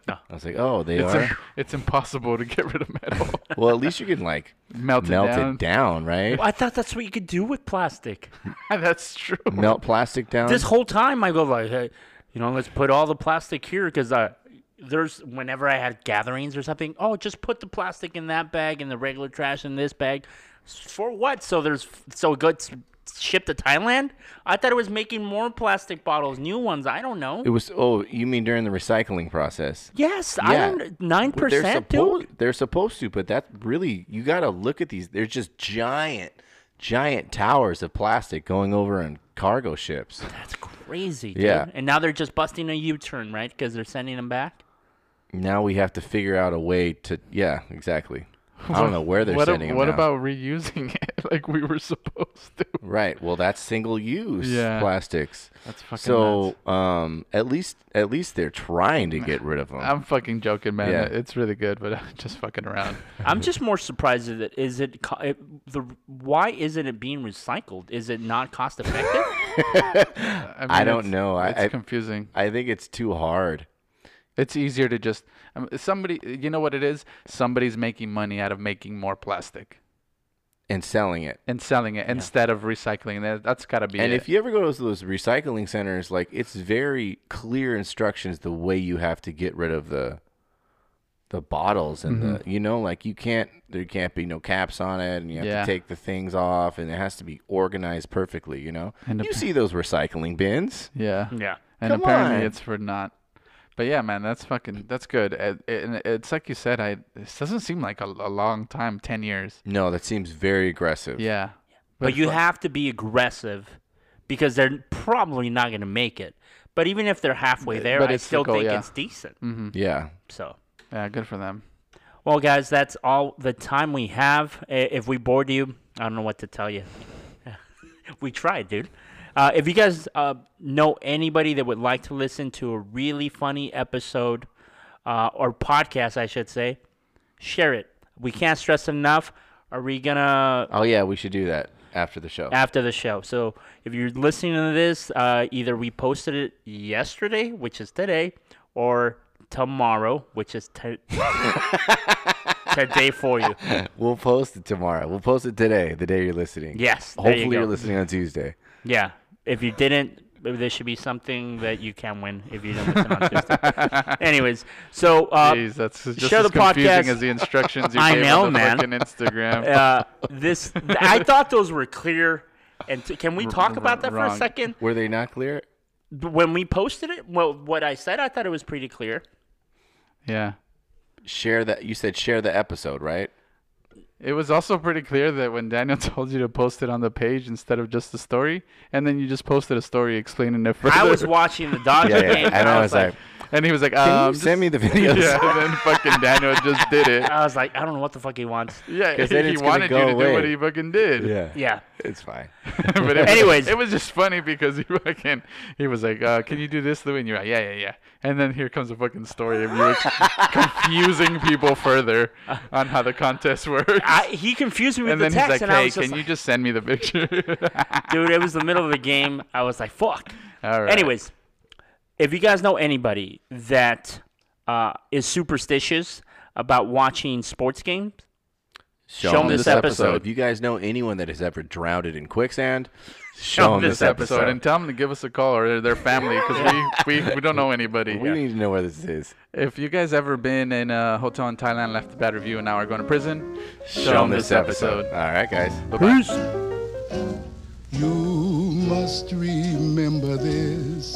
[SPEAKER 1] I was like, oh, they
[SPEAKER 2] it's,
[SPEAKER 1] are.
[SPEAKER 2] im- it's impossible to get rid of metal.
[SPEAKER 1] well, at least you can like
[SPEAKER 2] Melt it
[SPEAKER 1] melt
[SPEAKER 2] down.
[SPEAKER 1] it down, right?
[SPEAKER 3] I thought that's what you could do with plastic.
[SPEAKER 2] That's true.
[SPEAKER 1] Melt plastic down.
[SPEAKER 3] This whole time I go like, hey, you know, let's put all the plastic here because uh, there's whenever I had gatherings or something, oh, just put the plastic in that bag and the regular trash in this bag. For what? So there's so good shipped to Thailand. I thought it was making more plastic bottles, new ones. I don't know.
[SPEAKER 1] it was. Oh, you mean during the recycling process?
[SPEAKER 3] yes, I
[SPEAKER 1] Yeah.
[SPEAKER 3] don't. Nine
[SPEAKER 1] Well, they're
[SPEAKER 3] percent,
[SPEAKER 1] suppo-
[SPEAKER 3] dude.
[SPEAKER 1] They're supposed to, but that really you got to look at these. They're just giant, giant towers of plastic going over in cargo ships.
[SPEAKER 3] That's crazy. Dude.
[SPEAKER 1] Yeah.
[SPEAKER 3] And now they're just busting a U-turn, right? Because they're sending them back.
[SPEAKER 1] Now we have to figure out a way to. Yeah, exactly. I don't know where they're
[SPEAKER 2] what a-
[SPEAKER 1] sending them.
[SPEAKER 2] what
[SPEAKER 1] now.
[SPEAKER 2] about reusing it like we were supposed to?
[SPEAKER 1] Right. Well, that's single use
[SPEAKER 2] Yeah.
[SPEAKER 1] plastics.
[SPEAKER 2] That's fucking
[SPEAKER 1] So, um, at least at least they're trying to get rid of them.
[SPEAKER 2] I'm fucking joking, man.
[SPEAKER 1] Yeah.
[SPEAKER 2] It's really good, but I'm just fucking around.
[SPEAKER 3] I'm just more surprised that it is it, co- it the why isn't it being recycled? Is it not cost effective?
[SPEAKER 2] I, mean,
[SPEAKER 1] I don't
[SPEAKER 2] it's-
[SPEAKER 1] know. I-
[SPEAKER 2] It's
[SPEAKER 1] I-
[SPEAKER 2] confusing.
[SPEAKER 1] I think it's too hard.
[SPEAKER 2] It's easier to just um, somebody. You know what it is? Somebody's making money out of making more plastic
[SPEAKER 1] And selling it.
[SPEAKER 2] and selling it instead of recycling. That that's gotta be.
[SPEAKER 1] And
[SPEAKER 2] it.
[SPEAKER 1] if you ever go to those recycling centers, like it's very clear instructions the way you have to get rid of the the bottles and the you know like you can't there can't be no caps on it and you have to
[SPEAKER 2] Yeah.
[SPEAKER 1] take the things off and it has to be organized perfectly you know
[SPEAKER 2] And
[SPEAKER 1] you see those recycling bins
[SPEAKER 2] yeah,
[SPEAKER 3] yeah.
[SPEAKER 2] and
[SPEAKER 1] come
[SPEAKER 2] apparently
[SPEAKER 1] on.
[SPEAKER 2] it's for not. But yeah, man, that's fucking that's good. And and it's like you said, I this doesn't seem like a, a long time, ten years.
[SPEAKER 1] no that seems very aggressive
[SPEAKER 2] Yeah,
[SPEAKER 3] But you
[SPEAKER 2] fuck-
[SPEAKER 3] have to be aggressive because they're probably not going to make it. But even if they're halfway there,
[SPEAKER 2] but
[SPEAKER 3] I
[SPEAKER 2] it's the
[SPEAKER 3] still
[SPEAKER 2] goal,
[SPEAKER 3] think
[SPEAKER 2] yeah. Mm.
[SPEAKER 3] it's decent.
[SPEAKER 1] yeah
[SPEAKER 3] So,
[SPEAKER 2] yeah, good for them.
[SPEAKER 3] well, guys, that's all the time we have. I- If we bored you, I don't know what to tell you. we tried, dude. Uh, if you guys uh, know anybody that would like to listen to a really funny episode uh, or podcast, I should say, share it. We can't stress enough. Are we gonna
[SPEAKER 1] oh yeah we should do that after the show
[SPEAKER 3] after the show. So if you're listening to this, uh, either we posted it yesterday, which is today, or tomorrow, which is t- today for you.
[SPEAKER 1] We'll post it tomorrow. We'll post it today, the day you're listening.
[SPEAKER 3] Yes. There
[SPEAKER 1] Hopefully
[SPEAKER 3] you
[SPEAKER 1] you
[SPEAKER 3] go.
[SPEAKER 1] are listening on Tuesday.
[SPEAKER 3] Yeah. If you didn't, maybe there should be something that you can win if you didn't listen on Tuesday. Anyways, so uh,
[SPEAKER 2] Jeez, that's just
[SPEAKER 3] share
[SPEAKER 2] as
[SPEAKER 3] the
[SPEAKER 2] confusing
[SPEAKER 3] podcast.
[SPEAKER 2] as the instructions you
[SPEAKER 3] I
[SPEAKER 2] gave
[SPEAKER 3] know,
[SPEAKER 2] on the
[SPEAKER 3] man.
[SPEAKER 2] fucking Instagram.
[SPEAKER 3] uh, this I thought those were clear. And t- can we talk about that for
[SPEAKER 2] wrong.
[SPEAKER 3] a second?
[SPEAKER 1] Were they not clear?
[SPEAKER 3] When we posted it, well, what I said, I thought it was pretty clear.
[SPEAKER 2] Yeah.
[SPEAKER 1] Share that. You said share the episode, right?
[SPEAKER 2] It was also pretty clear that when Daniel told you to post it on the page instead of just the story, and then you just posted a story explaining it further.
[SPEAKER 3] I was watching the Dodger
[SPEAKER 1] Yeah, yeah.
[SPEAKER 3] game,
[SPEAKER 1] And
[SPEAKER 3] and I was like,
[SPEAKER 2] and he was like,
[SPEAKER 1] can
[SPEAKER 2] um,
[SPEAKER 1] you send me the videos?
[SPEAKER 2] Yeah, and then fucking Daniel just did it.
[SPEAKER 3] I was like, I don't know what the fuck he wants.
[SPEAKER 2] Yeah,
[SPEAKER 1] 'Cause then
[SPEAKER 2] he
[SPEAKER 1] it's gonna
[SPEAKER 2] wanted
[SPEAKER 1] go
[SPEAKER 2] you to do what
[SPEAKER 1] away.
[SPEAKER 2] he fucking did.
[SPEAKER 3] Yeah,
[SPEAKER 1] It's fine.
[SPEAKER 2] but it was,
[SPEAKER 3] Anyways.
[SPEAKER 2] it was just funny because he fucking he was like, uh, "Can you do this, Lou?" And you're like, "Yeah, yeah, yeah." And then here comes a fucking story of you confusing people further on how the contest works.
[SPEAKER 3] I, he confused me with
[SPEAKER 2] and
[SPEAKER 3] Uh, the
[SPEAKER 2] then he's
[SPEAKER 3] text,
[SPEAKER 2] like,
[SPEAKER 3] and I
[SPEAKER 2] "Hey,
[SPEAKER 3] was just
[SPEAKER 2] can
[SPEAKER 3] like,
[SPEAKER 2] you just send me the picture?"
[SPEAKER 3] dude, it was the middle of the game. I was like, fuck.
[SPEAKER 2] All right.
[SPEAKER 3] Anyways, if you guys know anybody that uh, is superstitious about watching sports games,
[SPEAKER 1] Show,
[SPEAKER 3] 'em
[SPEAKER 1] them
[SPEAKER 3] this episode.
[SPEAKER 1] If you guys know anyone that has ever drowned in quicksand, show them this
[SPEAKER 3] this episode.
[SPEAKER 1] episode.
[SPEAKER 2] So and tell them to give us a call or their family because we, we, we don't know anybody.
[SPEAKER 1] We need to know where this is.
[SPEAKER 2] If you guys ever been in a hotel in Thailand, left a bad review, and now are going to prison, show
[SPEAKER 1] 'em
[SPEAKER 2] them this episode.
[SPEAKER 1] All right, guys.
[SPEAKER 3] Peace.
[SPEAKER 5] You must remember this.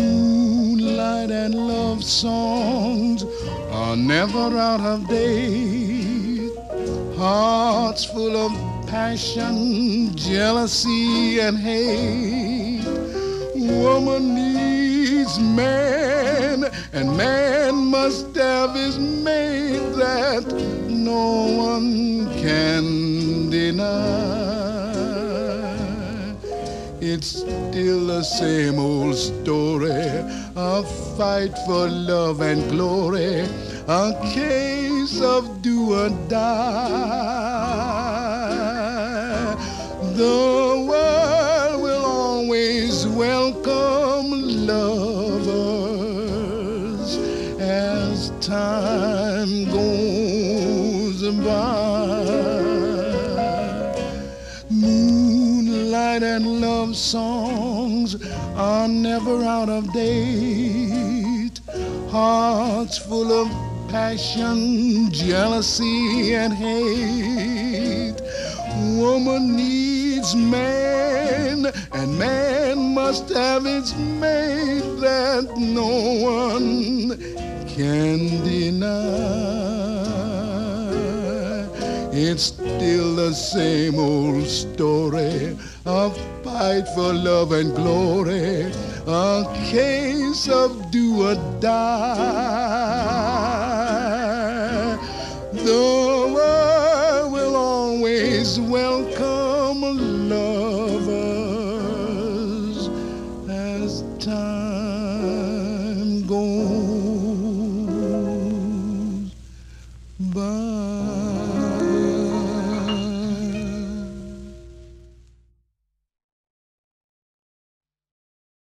[SPEAKER 5] Moonlight and love songs are never out of date. Hearts full of passion, jealousy, and hate. Woman needs man, and man must have his mate that no one can deny. It's still the same old story. A fight for love and glory. A case of do or die. The world will always welcome lovers boulevard. Moonlight and love songs are never out of date. Hearts full of passion, jealousy, and hate. Woman needs man, and man must have its mate that no one can deny. It's still the same old story a fight for love and glory, a case of do or die. The world will always well